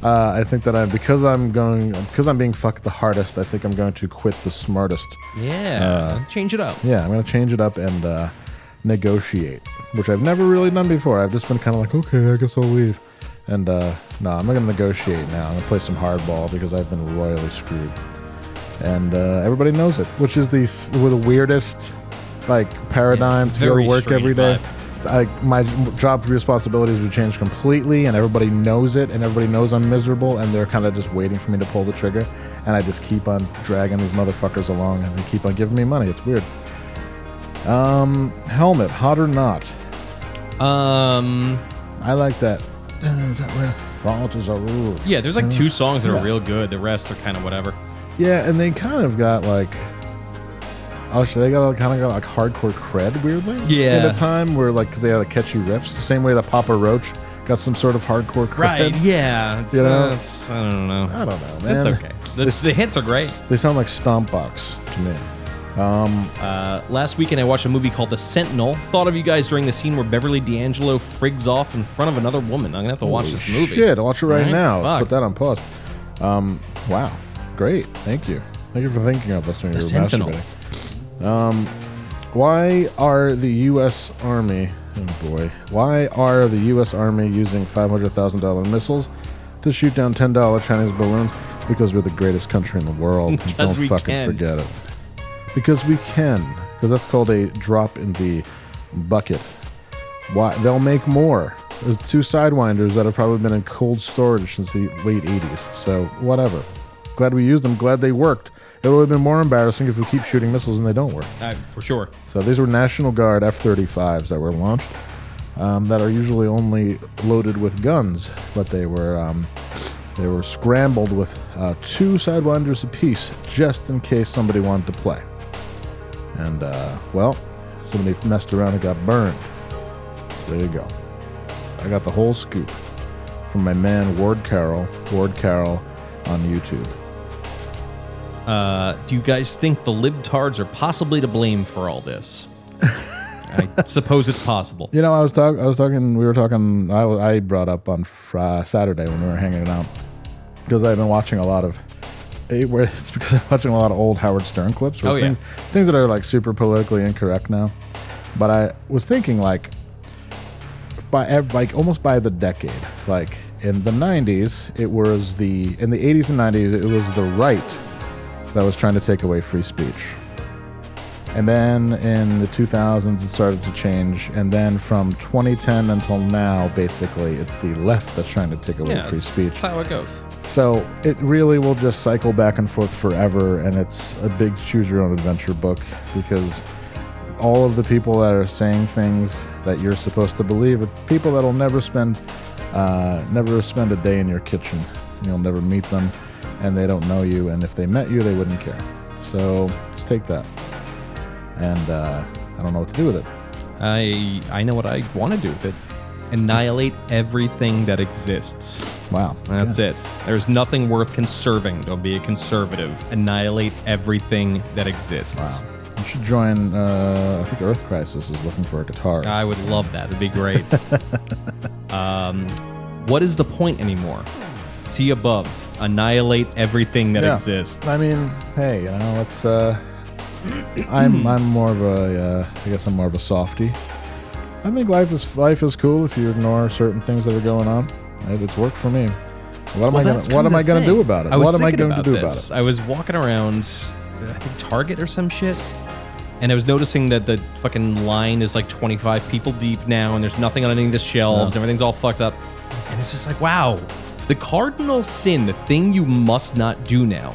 Speaker 2: I think that I because I'm going because I'm being fucked the hardest. I think I'm going to quit the smartest.
Speaker 3: Yeah,
Speaker 2: Uh,
Speaker 3: change it up.
Speaker 2: yeah, I'm gonna change it up and uh, negotiate, which I've never really done before. I've just been kind of like, okay, I guess I'll leave. And uh, no, I'm not gonna negotiate now. I'm gonna play some hardball because I've been royally screwed, and uh, everybody knows it. Which is the s- with the weirdest like paradigm to go
Speaker 3: very
Speaker 2: to work
Speaker 3: strange
Speaker 2: every day.
Speaker 3: vibe.
Speaker 2: Like my job responsibilities would change completely, and everybody knows it, and everybody knows I'm miserable, and they're kind of just waiting for me to pull the trigger, and I just keep on dragging these motherfuckers along, and they keep on giving me money. It's weird. Um, helmet, hot or not?
Speaker 3: Um,
Speaker 2: I like that. Hot is a rule.
Speaker 3: Yeah, there's like two songs that are
Speaker 2: Yeah.
Speaker 3: real good. The rest are kind of whatever.
Speaker 2: Yeah, and they kind of got like, oh shit, they got kind of got like hardcore cred weirdly.
Speaker 3: Yeah.
Speaker 2: at a time where like because they had like, catchy riffs, the same way that Papa Roach got some sort of hardcore cred.
Speaker 3: Right? Yeah. It's,
Speaker 2: you know,
Speaker 3: uh, it's- I don't know.
Speaker 2: I don't know,
Speaker 3: It's
Speaker 2: man.
Speaker 3: okay. The, the hits are great.
Speaker 2: they sound like Stompbox to me.
Speaker 3: Um, uh, last weekend, I watched a movie called The Sentinel. Thought of you guys during the scene where Beverly D'Angelo frigs off in front of another woman. I'm gonna have to watch
Speaker 2: Holy
Speaker 3: this movie.
Speaker 2: Shit, I'll watch it right,
Speaker 3: Alright,
Speaker 2: now.
Speaker 3: fuck.
Speaker 2: Let's put that on pause. Um, wow, great. Thank you. Thank you for thinking of us when
Speaker 3: The
Speaker 2: you were
Speaker 3: Sentinel.
Speaker 2: masturbating. Um, why are the U.S. Army? Oh boy, why are the U.S. Army using five hundred thousand dollar missiles to shoot down ten dollar Chinese balloons? Because we're the greatest country in the world.
Speaker 3: Because
Speaker 2: Don't
Speaker 3: we
Speaker 2: fucking
Speaker 3: can.
Speaker 2: forget it. Because we can. Because that's called a drop in the bucket. Why they'll make more. There's two sidewinders that have probably been in cold storage since the late 80s. So whatever. Glad we used them. Glad they worked. It would have been more embarrassing if we keep shooting missiles and they don't work.
Speaker 3: Uh, for sure.
Speaker 2: So these were National Guard F-35s that were launched, um, that are usually only loaded with guns, but they were um, they were scrambled with uh, two sidewinders apiece, just in case somebody wanted to play. And uh, well, somebody messed around and got burned. There you go. I got the whole scoop from my man Ward Carroll. Ward Carroll on YouTube.
Speaker 3: Uh, do you guys think the libtards are possibly to blame for all this? I suppose it's possible.
Speaker 2: You know, I was talking. I was talking. We were talking. I, wa- I brought up on Fri Saturday when we were hanging out because I've been watching a lot of. eh, where- It's because I'm watching a lot of old Howard Stern clips. with
Speaker 3: Oh, yeah.
Speaker 2: things, things that are like super politically incorrect now. But I was thinking like by ev- like almost by the decade. Like in the '90s, it was the in the '80s and '90s it was the right that was trying to take away free speech. And then in the 2000s, it started to change. And then from 2010 until now, basically, it's the left that's trying to take away
Speaker 3: Yeah,
Speaker 2: free
Speaker 3: it's-
Speaker 2: speech.
Speaker 3: That's how it goes.
Speaker 2: So it really will just cycle back and forth forever, and it's a big choose your own adventure book because all of the people that are saying things that you're supposed to believe are people that'll never spend uh, never spend a day in your kitchen. You'll never meet them, and they don't know you. And if they met you, they wouldn't care. So just take that, and uh, I don't know what to do with it.
Speaker 3: I I know what I want to do with it. Annihilate everything that exists.
Speaker 2: Wow.
Speaker 3: That's it. There's nothing worth conserving. Don't be a conservative. Annihilate everything that exists.
Speaker 2: You should join. Uh, I think Earth Crisis is looking for a guitarist.
Speaker 3: I would love that. It'd be great. um, what is the point anymore? See above. Annihilate everything that
Speaker 2: Yeah.
Speaker 3: exists.
Speaker 2: I mean, hey, you know, it's uh, I'm I'm more of a uh, I guess I'm more of a softy. I think life is life is cool if you ignore certain things that are going on. It- It's worked for me. What am
Speaker 3: Well,
Speaker 2: I gonna
Speaker 3: that's
Speaker 2: What
Speaker 3: kinda
Speaker 2: am
Speaker 3: the
Speaker 2: I gonna
Speaker 3: thing.
Speaker 2: do about it?
Speaker 3: was
Speaker 2: What am I
Speaker 3: thinking
Speaker 2: going to do
Speaker 3: this.
Speaker 2: about
Speaker 3: I was walking around, I think Target or some shit, and I was noticing that the fucking line is like 25 people deep now, and there's nothing on any of the shelves.
Speaker 2: No.
Speaker 3: Everything's all fucked up, and it's just like, wow, the cardinal sin, the thing you must not do now,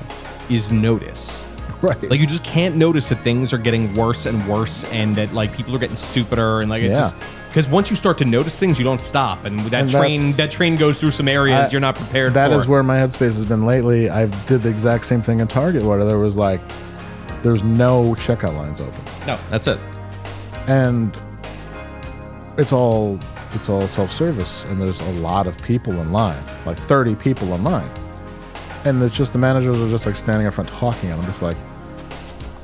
Speaker 3: is notice.
Speaker 2: Right.
Speaker 3: Like you just can't notice that things are getting worse and worse, and that like people are getting stupider, and like it's
Speaker 2: Yeah.
Speaker 3: just because once you start to notice things, you don't stop, and that
Speaker 2: And
Speaker 3: train
Speaker 2: that's-
Speaker 3: that train goes through some
Speaker 2: it?
Speaker 3: areas you're not prepared
Speaker 2: That
Speaker 3: for.
Speaker 2: is where my headspace has been lately. I did the exact same thing in Target where there was like, there's no checkout lines open.
Speaker 3: No, that's it.
Speaker 2: and it's all it's all self-service and there's a lot of people in line like 30 people in line and it's just the managers are just like standing in front talking and i'm just like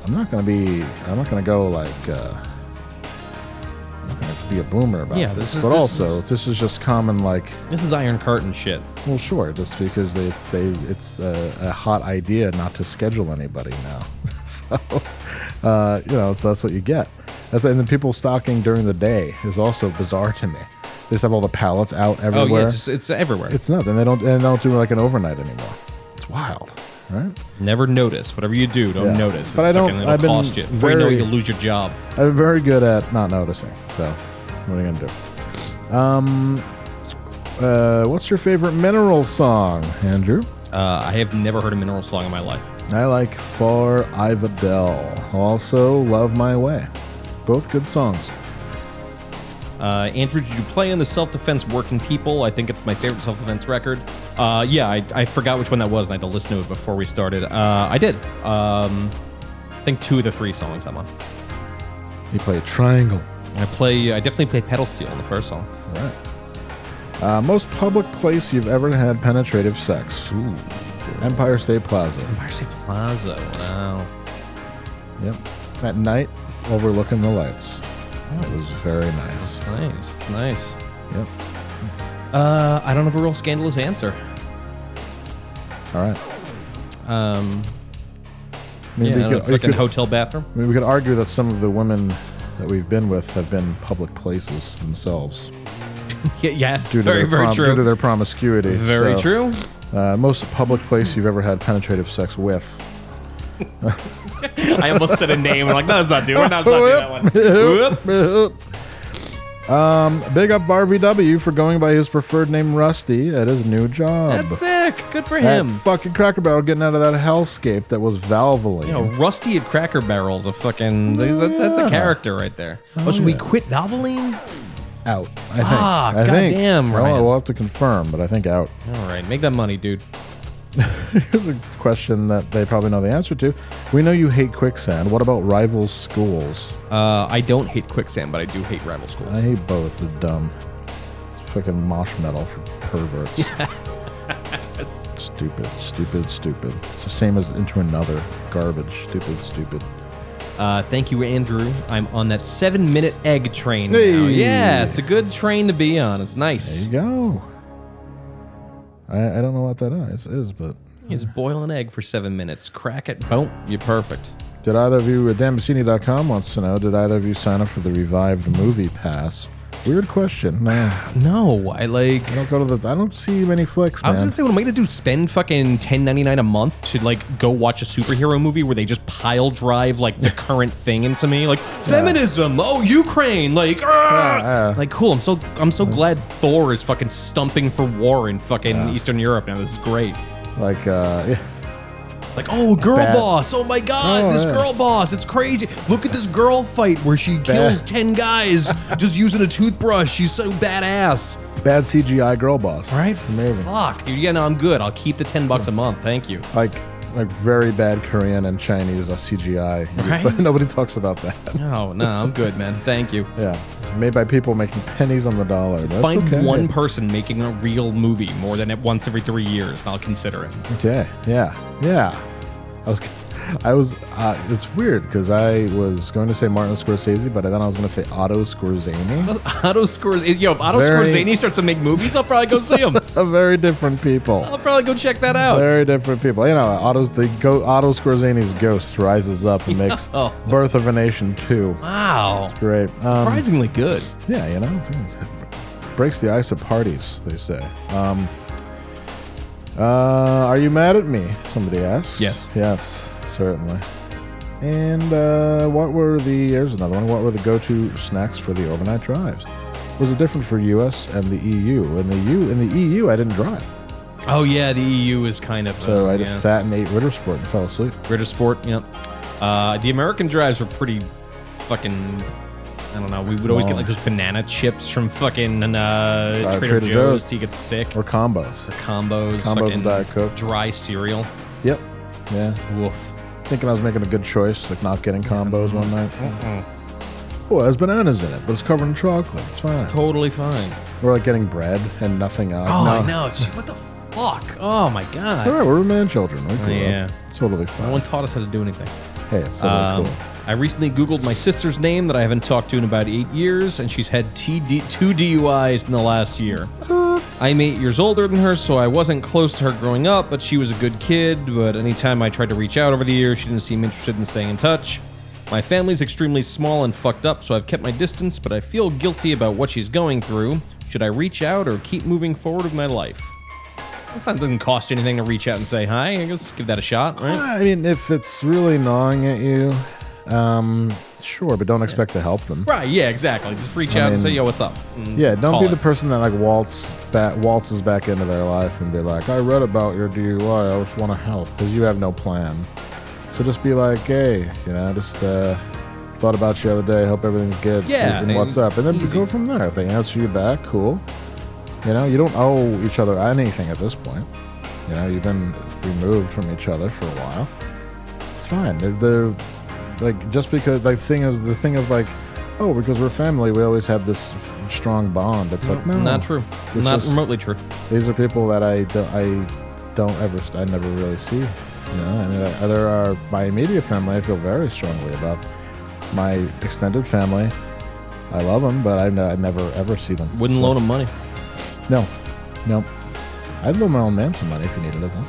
Speaker 2: i'm not gonna be i'm not gonna go like uh I'm not gonna be a boomer about
Speaker 3: Yeah,
Speaker 2: this,
Speaker 3: this is-
Speaker 2: but
Speaker 3: this
Speaker 2: also
Speaker 3: is-
Speaker 2: this is just common like
Speaker 3: This is iron curtain shit.
Speaker 2: well sure just because they, it's they it's a, a hot idea not to schedule anybody now so uh, you know so that's what you get that's and the people stocking during the day is also bizarre to me they just have all the pallets out everywhere
Speaker 3: Oh yeah, just, it's everywhere.
Speaker 2: it's nuts and they don't and they don't do like an overnight anymore it's wild right
Speaker 3: Never notice. Whatever you do, don't
Speaker 2: Yeah.
Speaker 3: notice.
Speaker 2: But I don't-
Speaker 3: Fucking, it'll
Speaker 2: I've been
Speaker 3: cost you. Before you know it,
Speaker 2: very-
Speaker 3: you'll lose your job.
Speaker 2: I've been very good at not noticing. So, what are you gonna do? Um, uh, what's your favorite mineral song, Andrew?
Speaker 3: Uh, I have never heard a mineral song in my life.
Speaker 2: I like Far Ivadel. Also, Love My Way. Both good songs.
Speaker 3: Uh, Andrew, did you play in the self defense working people? I think it's my favorite self defense record. Uh, yeah, I, I forgot which one that was, and I had to listen to it before we started. Uh, I did. Um, I think two of the three songs I'm on.
Speaker 2: You play triangle.
Speaker 3: I play. I definitely play pedal steel in the first song.
Speaker 2: All right. Uh, most public place you've ever had penetrative sex?
Speaker 3: Ooh.
Speaker 2: Empire State Plaza.
Speaker 3: Empire State Plaza. Wow.
Speaker 2: Yep. at night overlooking the lights. it was very nice.
Speaker 3: It's nice. It's nice.
Speaker 2: Yep.
Speaker 3: Uh, I don't have a real scandalous answer.
Speaker 2: All right.
Speaker 3: Um,
Speaker 2: mean, we
Speaker 3: yeah, I
Speaker 2: could-
Speaker 3: don't know,
Speaker 2: we
Speaker 3: freaking
Speaker 2: could-
Speaker 3: hotel bathroom.
Speaker 2: I mean, we could argue that some of the women that we've been with have been public places themselves.
Speaker 3: Y- yes,
Speaker 2: due to
Speaker 3: very,
Speaker 2: their
Speaker 3: very
Speaker 2: prom-
Speaker 3: true.
Speaker 2: Due to their promiscuity.
Speaker 3: Very true.
Speaker 2: Uh, most public place you've ever had penetrative sex with.
Speaker 3: I almost said a name. I'm like, no, let's not do it. Let's not do that one.
Speaker 2: Whoop. Um, big up Barbie W for going by his preferred name, Rusty, at his new job.
Speaker 3: That's sick. Good for
Speaker 2: Oh, That
Speaker 3: him.
Speaker 2: fucking Cracker Barrel getting out of that hellscape that was Valvoline.
Speaker 3: You know, Rusty at Cracker Barrel's a fucking. That's, that's, that's
Speaker 2: yeah.
Speaker 3: a character right there. Oh,
Speaker 2: Oh,
Speaker 3: should we
Speaker 2: yeah.
Speaker 3: quit Valvoline?
Speaker 2: out. I think.
Speaker 3: Ah,
Speaker 2: I think.
Speaker 3: goddamn,
Speaker 2: Well,
Speaker 3: Ryan.
Speaker 2: we'll have to confirm, but I think out.
Speaker 3: All right, make that money, dude.
Speaker 2: Here's a question that they probably know the answer to. We know you hate quicksand. What about rival schools?
Speaker 3: Uh, I don't hate quicksand, but I do hate rival schools.
Speaker 2: I hate both. They're dumb. It's fucking mosh metal for perverts. Stupid, stupid, stupid. It's the same as into another. Garbage. Stupid, stupid.
Speaker 3: Uh, thank you, Andrew. I'm on that seven minute egg train now.
Speaker 2: Hey.
Speaker 3: Yeah, it's a good train to be on. It's nice.
Speaker 2: There you go. I, I don't know what that is, is, but
Speaker 3: Just boil an egg for seven minutes. Crack it. Boom. You're perfect.
Speaker 2: did either of you at dambassini.com wants to know, did either of you sign up for the revived movie pass? Weird question. No.
Speaker 3: no, I like I
Speaker 2: don't go to the I don't see many flicks, man.
Speaker 3: I was gonna say, what am I gonna do? Spend fucking ten ninety nine a month to like go watch a superhero movie where they just pile drive like the current thing into me, like feminism. Oh, Ukraine. Like, ah! like cool. I'm so I'm so glad Thor is fucking stumping for war in fucking Eastern Europe now. This is great.
Speaker 2: like uh yeah.
Speaker 3: Like, oh, girl
Speaker 2: Bad-
Speaker 3: boss. Oh my god,
Speaker 2: Oh,
Speaker 3: this
Speaker 2: yeah.
Speaker 3: girl boss. It's crazy. Look at this girl fight where she kills 10 guys just using a toothbrush. She's so badass.
Speaker 2: bad CGI girl boss.
Speaker 3: Right?
Speaker 2: Amazing.
Speaker 3: Fuck, dude. Yeah, no, I'm good. I'll keep the 10 bucks a month. Thank you.
Speaker 2: Like like very bad Korean and Chinese uh, CGI,
Speaker 3: Right?
Speaker 2: but nobody talks about that.
Speaker 3: No, no, I'm good, man. Thank you.
Speaker 2: Yeah, made by people making pennies on the dollar. That's
Speaker 3: Find
Speaker 2: okay.
Speaker 3: one person making a real movie more than it once every three years, and I'll consider it.
Speaker 2: Okay. Yeah. Yeah. I was. I was. Uh, it's weird because I was going to say Martin Scorsese, but then I was going to say Otto Scorsese.
Speaker 3: Otto scores. Yo, if Otto
Speaker 2: Very-
Speaker 3: Scorsese starts to make movies, I'll probably go see him.
Speaker 2: Very different people.
Speaker 3: I'll probably go check that out.
Speaker 2: Very different people. You know, Otto's the go- Otto Scorsese's ghost rises up and makes
Speaker 3: Yo.
Speaker 2: Birth of a Nation two.
Speaker 3: Oh. Wow.
Speaker 2: It's great. Um,
Speaker 3: Surprisingly good.
Speaker 2: Yeah, you know, it's really good. breaks the ice at parties. They say. Um, uh, are you mad at me? Somebody asks.
Speaker 3: Yes.
Speaker 2: Yes, certainly. And uh, what were the? Here's another one. What were the go-to snacks for the overnight drives? Was it different for U.S. and the EU? In the EU, in the EU, I didn't drive,
Speaker 3: Oh, yeah, the EU is kind of.
Speaker 2: so
Speaker 3: uh,
Speaker 2: I just
Speaker 3: yeah.
Speaker 2: sat and ate Ritter Sport and fell asleep.
Speaker 3: Ritter Sport, yep. Uh, the American drives were pretty fucking. I don't know. We would always get
Speaker 2: Long.
Speaker 3: like those banana chips from fucking uh,
Speaker 2: Uh,
Speaker 3: Trader,
Speaker 2: Trader
Speaker 3: Joe's.
Speaker 2: Joe's.
Speaker 3: till you get sick.
Speaker 2: Or combos.
Speaker 3: Or combos.
Speaker 2: Combos and
Speaker 3: fucking
Speaker 2: Diet Coke.
Speaker 3: Dry cereal.
Speaker 2: Yep. Yeah.
Speaker 3: Woof.
Speaker 2: Thinking I was making a good choice, like not getting combos one night. Oh, it has bananas in it, but it's covered in chocolate. It's fine.
Speaker 3: It's totally fine.
Speaker 2: We're like getting bread and nothing else.
Speaker 3: oh,
Speaker 2: no.
Speaker 3: I know. Gee, what the fuck? Oh my
Speaker 2: It's all
Speaker 3: god.
Speaker 2: right. We're man children. We grew
Speaker 3: Yeah.
Speaker 2: up. It's totally fine.
Speaker 3: No one taught us how to do anything.
Speaker 2: Hey, it's totally
Speaker 3: Um,
Speaker 2: cool.
Speaker 3: I recently Googled my sister's name that I haven't talked to in about eight years, and she's had TD, two DUIs in the last year. I'm eight years older than her, so I wasn't close to her growing up, but she was a good kid. But anytime I tried to reach out over the years, she didn't seem interested in staying in touch. My family's extremely small and fucked up, so I've kept my distance, but I feel guilty about what she's going through. Should I reach out or keep moving forward with my life? It's not, doesn't cost you anything to reach out and say hi. I guess give that a shot, right?
Speaker 2: I mean, if it's really gnawing at you, um, sure, but don't expect to help them.
Speaker 3: Right, yeah, exactly. Just reach
Speaker 2: I
Speaker 3: out and say,
Speaker 2: mean-
Speaker 3: yo, what's up? And
Speaker 2: Yeah, don't
Speaker 3: call
Speaker 2: be
Speaker 3: it.
Speaker 2: the person that like waltz back, waltzes back into their life and be like, "I read about your DUI. I just want to help," because you have no plan. So just be like, "Hey, you know, just uh, thought about you the other day. Hope everything's good.
Speaker 3: Yeah,
Speaker 2: and what's
Speaker 3: and
Speaker 2: up?" And then go from there. If they answer you back, cool. You know, you don't owe each other anything at this point. You know, you've been removed from each other for a while. It's fine. They're, they're like just because like thing is the thing of like, oh, because we're family, we always have this f- strong bond. It's like no,
Speaker 3: Not true.
Speaker 2: It's
Speaker 3: Not
Speaker 2: just-
Speaker 3: remotely true.
Speaker 2: These are people that I don't, I don't ever st- uh, I never really see. You know, and uh, there are my immediate family. I feel very strongly about. my extended family. I love them, but I, ne- I never ever see them.
Speaker 3: Wouldn't loan 'em money.
Speaker 2: No, no. I'd loan my old man some money if he needed it. Though.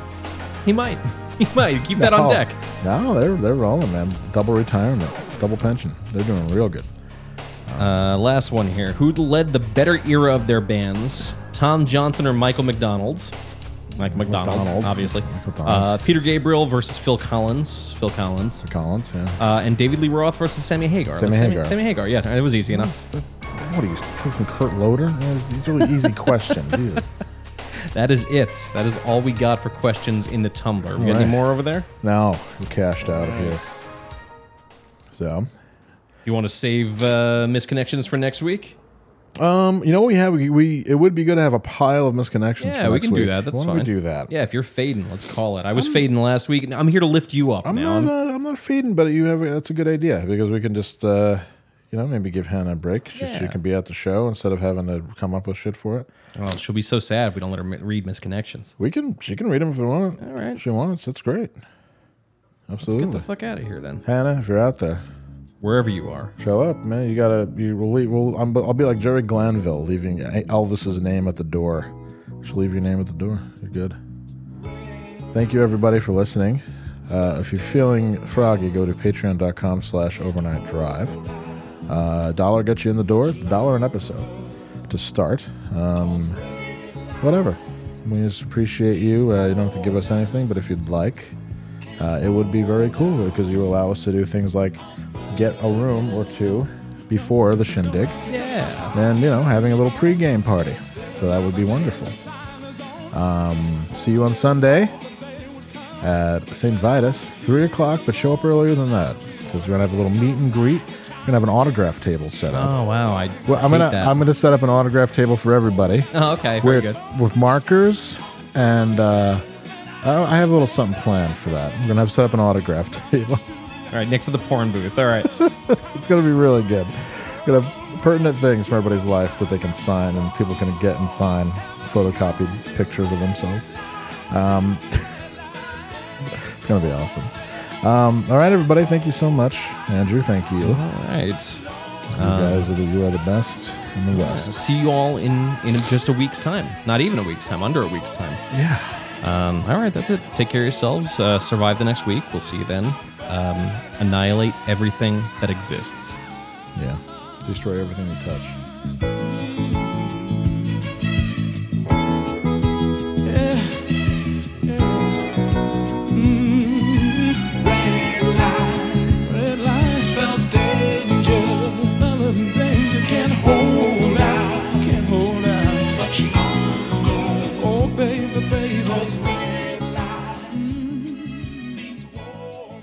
Speaker 3: He might. He might. Keep that
Speaker 2: No.
Speaker 3: on deck.
Speaker 2: No, they're they're rolling, man. Double retirement, double pension. They're doing real good.
Speaker 3: Uh, last one here. Who led the better era of their bands? Tom Johnson or Michael McDonald's? Michael McDonald,
Speaker 2: McDonald.
Speaker 3: obviously. Uh,
Speaker 2: McDonald.
Speaker 3: Peter Gabriel versus Phil Collins. Phil Collins.
Speaker 2: Collins, yeah.
Speaker 3: Uh, and David Lee Roth versus Sammy Hagar.
Speaker 2: Sammy Hagar.
Speaker 3: Sammy Hagar, yeah. It was easy enough.
Speaker 2: What are you, freaking Kurt Loder? Man, These really easy questions. Jesus.
Speaker 3: That is it. That is all we got for questions in the Tumblr. We got
Speaker 2: Alright.
Speaker 3: any more over there?
Speaker 2: No, we cashed out of here.
Speaker 3: Nice.
Speaker 2: So,
Speaker 3: You want to save uh, misconnections for next week?
Speaker 2: um, you know what we have? We, we it would be good to have a pile of misconnections.
Speaker 3: Yeah,
Speaker 2: for
Speaker 3: we
Speaker 2: next
Speaker 3: can do
Speaker 2: week.
Speaker 3: that. That's
Speaker 2: Why
Speaker 3: fine.
Speaker 2: Don't we do that?
Speaker 3: Yeah, if you're fading, let's call it. I was
Speaker 2: I'm-
Speaker 3: fading last week. and I'm here to lift you up
Speaker 2: I'm
Speaker 3: now.
Speaker 2: not. Uh, I'm not feeding, but you have. That's a good idea because we can just, uh, you know, maybe give Hannah a break. She, she
Speaker 3: Yeah.
Speaker 2: can be at the show instead of having to come up with shit for it.
Speaker 3: Well, Oh, she'll be so sad if we don't let her mi- read misconnections.
Speaker 2: We can. She can read them if you want. All
Speaker 3: right.
Speaker 2: She wants. That's great.
Speaker 3: Let's
Speaker 2: Absolutely.
Speaker 3: get the fuck out of here then.
Speaker 2: Hannah, if you're out there,
Speaker 3: wherever you are,
Speaker 2: show up, man. You gotta. You will leave. We'll, I'm, I'll be like Jerry Glanville, leaving Elvis's name at the door. She'll leave your name at the door. You're good. Thank you, everybody, for listening. Uh, if you're feeling froggy, go to patreon.com slash overnight drive. Uh, dollar gets you in the door. It's a dollar an episode to start. Um, whatever. We just appreciate you. Uh, you don't have to give us anything, but if you'd like, uh, it would be very cool because you allow us to do things like get a room or two before the shindig.
Speaker 3: Yeah.
Speaker 2: And, you know, having a little pregame party. So that would be wonderful. Um, see you on Sunday at St. Vitus, 3 o'clock, but show up earlier than that because we're going to have a little meet and greet. We're going to have an autograph table set up.
Speaker 3: Oh, wow. I
Speaker 2: Well, I'm
Speaker 3: hate
Speaker 2: gonna
Speaker 3: that.
Speaker 2: I'm gonna set up an autograph table for everybody.
Speaker 3: Oh, okay, very
Speaker 2: With
Speaker 3: good.
Speaker 2: with markers and uh, I I have a little something planned for that. I'm gonna have set up an autograph table.
Speaker 3: All right, next to the porn booth. All right.
Speaker 2: it's gonna be really good. Gonna have pertinent things from everybody's life that they can sign and people can get and sign photocopied pictures of themselves. Um, it's gonna be awesome. Um, all right, everybody. Thank you so much, Andrew. Thank you. All Um,
Speaker 3: right.
Speaker 2: You guys are the, you are the best in the West.
Speaker 3: See you all in in just a week's time. Not even a week's time. Under a week's time.
Speaker 2: Yeah.
Speaker 3: Um, all right, that's it. Take care of yourselves. Uh, survive the next week. We'll see you then. Um, annihilate everything that exists.
Speaker 2: Yeah. Destroy everything you touch.
Speaker 5: Red line spells danger. Fellow danger can't hold out, can't hold out. But you know, oh baby, baby, those red line means war.